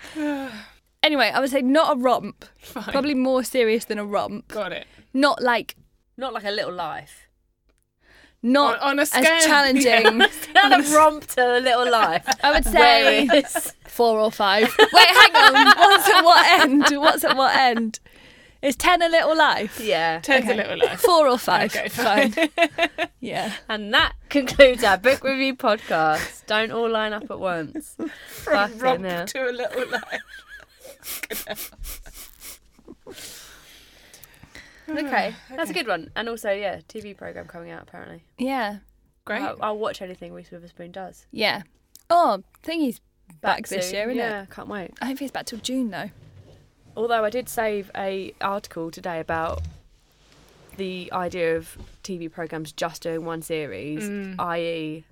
anyway, I would say not a romp. (sighs) (laughs) Fine. Probably more serious than a romp. Got it. Not like Not like a little life. not On- on a scale, as challenging. (laughs) (laughs) Not a romp to a little life. I would say Where is four or five. Wait, hang on. What's, what end? What's at what end? Is 10 a little life? Yeah. (laughs) Turns Okay. a little life. (laughs) Four or five. (laughs) Okay, fine. fine. (laughs) Yeah. And that concludes our book review podcast. Don't all line up at (laughs) once. From Fucking romp hell. to a little life. Okay. That's a good one. And also, yeah, TV program coming out apparently. Yeah. Great. Oh, I'll, I'll watch anything Reese Witherspoon does. Yeah. Oh, thingy's back, this soon. year, isn't yeah, it? can't wait. I hope it's back till June though. Although I did save a article today about the idea of TV programs just doing one series, i.e.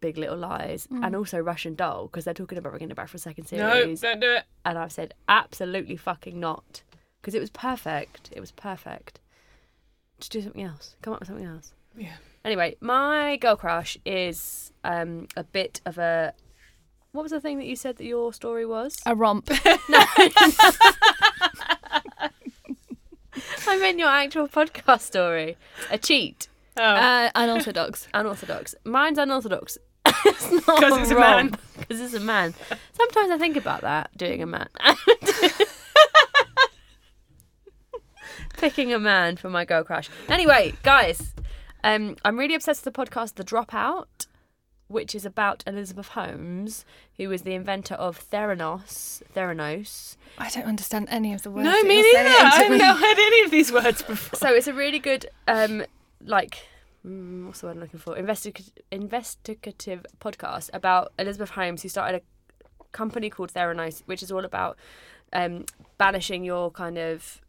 Big Little Lies and also Russian Doll because they're talking about bringing it back for a second No, series don't do it. and I've said absolutely fucking not because it was perfect. It was perfect. To do something else. Come up with something else. Yeah. Anyway, my girl crush is um, a bit of a. What was the thing that you said that your story was? A (laughs) romp. I meant your actual podcast story. A cheat. Oh, uh, unorthodox. (laughs) Unorthodox. Mine's unorthodox. (laughs) it's not 'Cause it's a man. Because it's a man. Sometimes I think about that, doing a man. (laughs) Picking a man for my girl crush. Anyway, guys, um, I'm really obsessed with the podcast The Dropout, which is about Elizabeth Holmes, who is the inventor of Theranos. Theranos. I don't understand any of the words. no, that me you're neither. saying. (laughs) I've not heard any of these words before. (laughs) So it's a really good, um, like, mm, what's the word I'm looking for? Investigative, investigative podcast about Elizabeth Holmes, who started a company called Theranos, which is all about um, banishing your kind of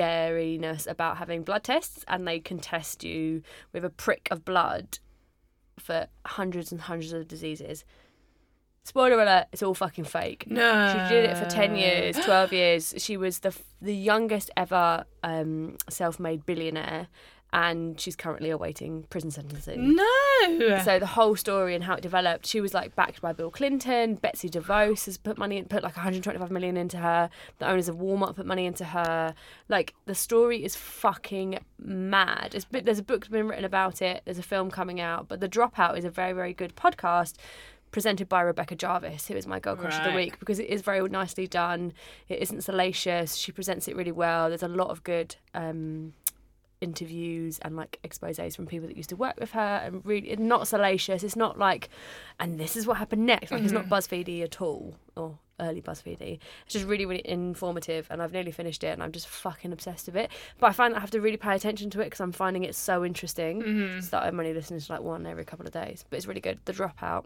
scariness about having blood tests, and they can test you with a prick of blood for hundreds and hundreds of diseases. Spoiler alert, it's all fucking fake. No. She did it for 10 years, 12 years. She was the, the youngest ever um, self made billionaire, and she's currently awaiting prison Mm. sentencing. No. So the whole story and how it developed, she was like backed by Bill Clinton. Betsy DeVos has put money, in, put like 125 million into her. The owners of Walmart put money into her. Like the story is fucking mad. It's been, there's a book been written about it. There's a film coming out, but the Dropout is a very very good podcast presented by Rebecca Jarvis, who is my girl crush of the Right. week because it is very nicely done. It isn't salacious. She presents it really well. There's a lot of good. Um, interviews and like exposes from people that used to work with her and really it's not salacious it's not like and this is what happened next like it's not buzzfeedy at all or early buzzfeedy it's just really really informative and i've nearly finished it and i'm just fucking obsessed with it but i find i have to really pay attention to it because i'm finding it so interesting so i'm only listening to like one every couple of days but it's really good the dropout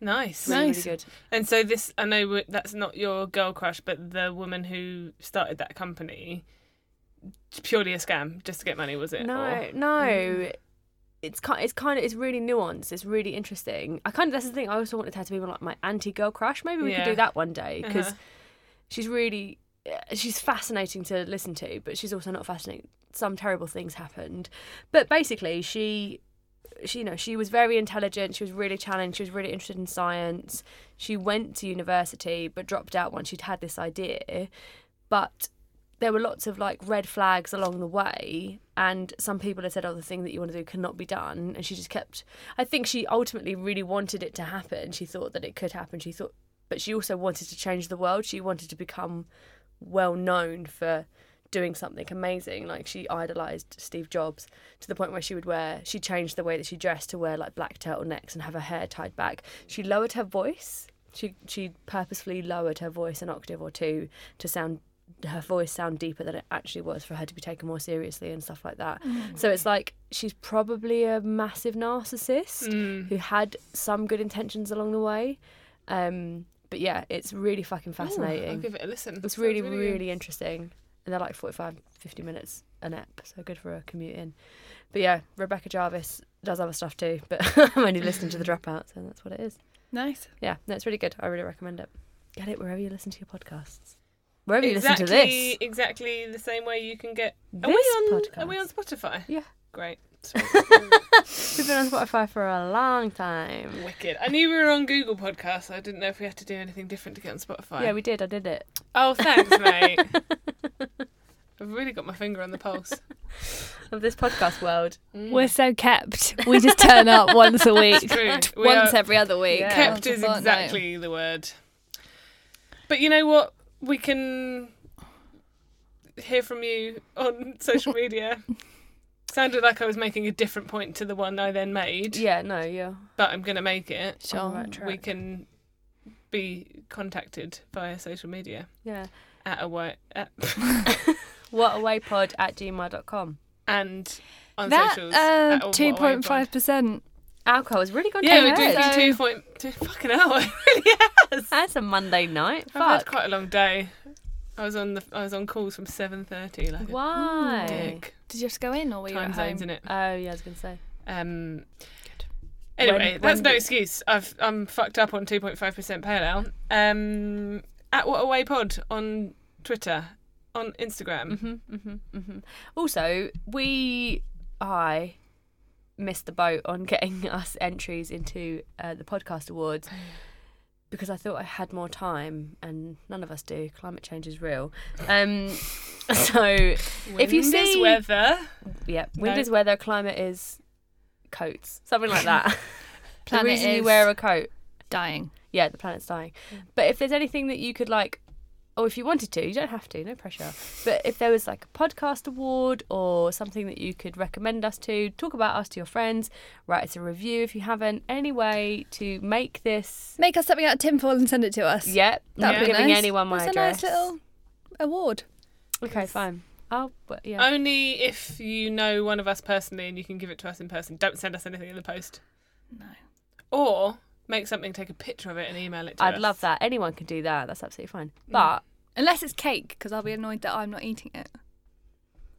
nice. really, Nice. really good And so this, I know w- that's not your girl crush, but the woman who started that company, purely a scam, just to get money, was it? No, Or- Mm. no. It's kind, it's kind of, it's really nuanced. It's really interesting. I kind of, that's the thing. I also wanted her to be like my anti girl crush. Maybe we could Yeah. do that one day because Uh-huh. she's really, uh, she's fascinating to listen to, but she's also not fascinating. Some terrible things happened, but basically she, she, you know, she was very intelligent. She was really challenged. She was really interested in science. She went to university but dropped out once she'd had this idea, but there were lots of like red flags along the way and some people had said oh the thing that you want to do cannot be done and she just kept i think she ultimately really wanted it to happen she thought that it could happen she thought but she also wanted to change the world she wanted to become well known for doing something amazing like she idolized steve jobs to the point where she would wear she changed the way that she dressed to wear like black turtlenecks and have her hair tied back she lowered her voice she she purposefully lowered her voice an octave or two to sound her voice sound deeper than it actually was for her to be taken more seriously and stuff like that. So it's like she's probably a massive narcissist who had some good intentions along the way. Um, but yeah, it's really fucking I'll fascinating. give it a listen. It's Sounds really, really, good. interesting. And they're like 45, 50 minutes an ep, so good for a commute in. But yeah, Rebecca Jarvis does other stuff too, (laughs) but I'm only listening to the dropouts, and that's what it is. Nice. Yeah, no, it's really good. I really recommend it. Get it wherever you listen to your podcasts. Wherever you exactly, listen to this. Exactly the same way you can get. Are This we on? Are we on Spotify? Yeah. Great. We've been on Spotify for a long time. Wicked. I knew we were on Google Podcasts. I didn't know if we had to do anything different to get on Spotify. Yeah, we did. I did it. Oh, thanks, (laughs) mate. I've really got my finger on the pulse. Of this podcast world. We're so kept. We just turn up (laughs) once a week. Mm. True. We once are- every other week. Yeah. kept Once a is fortnight. exactly the word. But you know what? we can hear from you on (laughs) social media. Sounded like I was making a different point to the one I then made, Yeah, no, yeah. but I'm going to make it. Sure. right track. We can be contacted via social media (laughs) Yeah. at a wo- at, Whatawaypod at gmail.com. and on that socials. at uh, What two Away Pod. point five percent. Alcohol has really gone Yeah, down. we're drinking So- two point two. Fucking hell! That's a Monday night. (laughs) I've had Fuck. quite a long day. I was on the I was on calls from seven thirty. Like a Why? dick. Did you have to go in or were you Time at home? zones in it. Oh, yeah, I was going to say. Um, Anyway, When- that's when no did- excuse. I've I'm fucked up on two point five percent parallel. Um, at what away pod on Twitter, on Instagram. hmm hmm hmm Also, we, I missed the boat on getting (laughs) us entries into uh, the podcast awards because I thought I had more time, and none of us do. Climate change is real. Um, (laughs) so, If you Wind is see- weather, yeah, wind No. is weather, climate is coats, something like (laughs) that. the Planet reason you is- wear a coat. Dying. yeah, the planet's dying. But if there's anything that you could like, or if you wanted to, you don't have to, no pressure. But if there was like a podcast award or something that you could recommend us to, talk about us to your friends, write us a review if you haven't, any way to make this. Make us something out of tinfoil and send it to us. Yep, That'd not be giving nice. anyone my That's address. a nice little award. Okay, fine. I'll, but yeah. only if you know one of us personally and you can give it to us in person. Don't send us anything in the post. No. Or make something, take a picture of it and email it to us. I'd love that. Anyone can do that. That's absolutely fine. But Unless it's cake, because I'll be annoyed that I'm not eating it.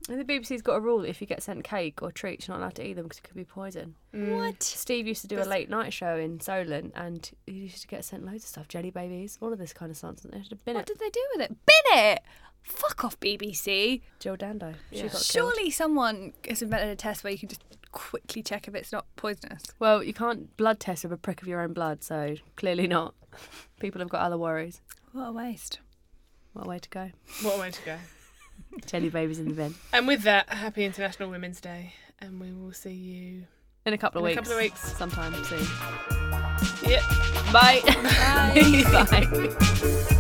the BBC's got a rule that if you get sent cake or treats, you're not allowed to eat them because it could be poison. What? Steve used to do a This- late night show in Solent, and he used to get sent loads of stuff, jelly babies, all of this kind of nonsense. They should have been What at did they do with it? Bin it! Fuck off, BBC. Jill Dando. She Yeah. got killed. Surely someone has invented a test where you can just quickly check if it's not poisonous. Well, you can't blood test with a prick of your own blood, so clearly not. People have got other worries. What (laughs) a waste. What a way to go. What a way to go. jelly babies in the bin. And with that, happy International Women's Day. And we will see you In a couple of In weeks. a couple of weeks. Sometime soon. Yep. (laughs) Bye. Bye. Bye.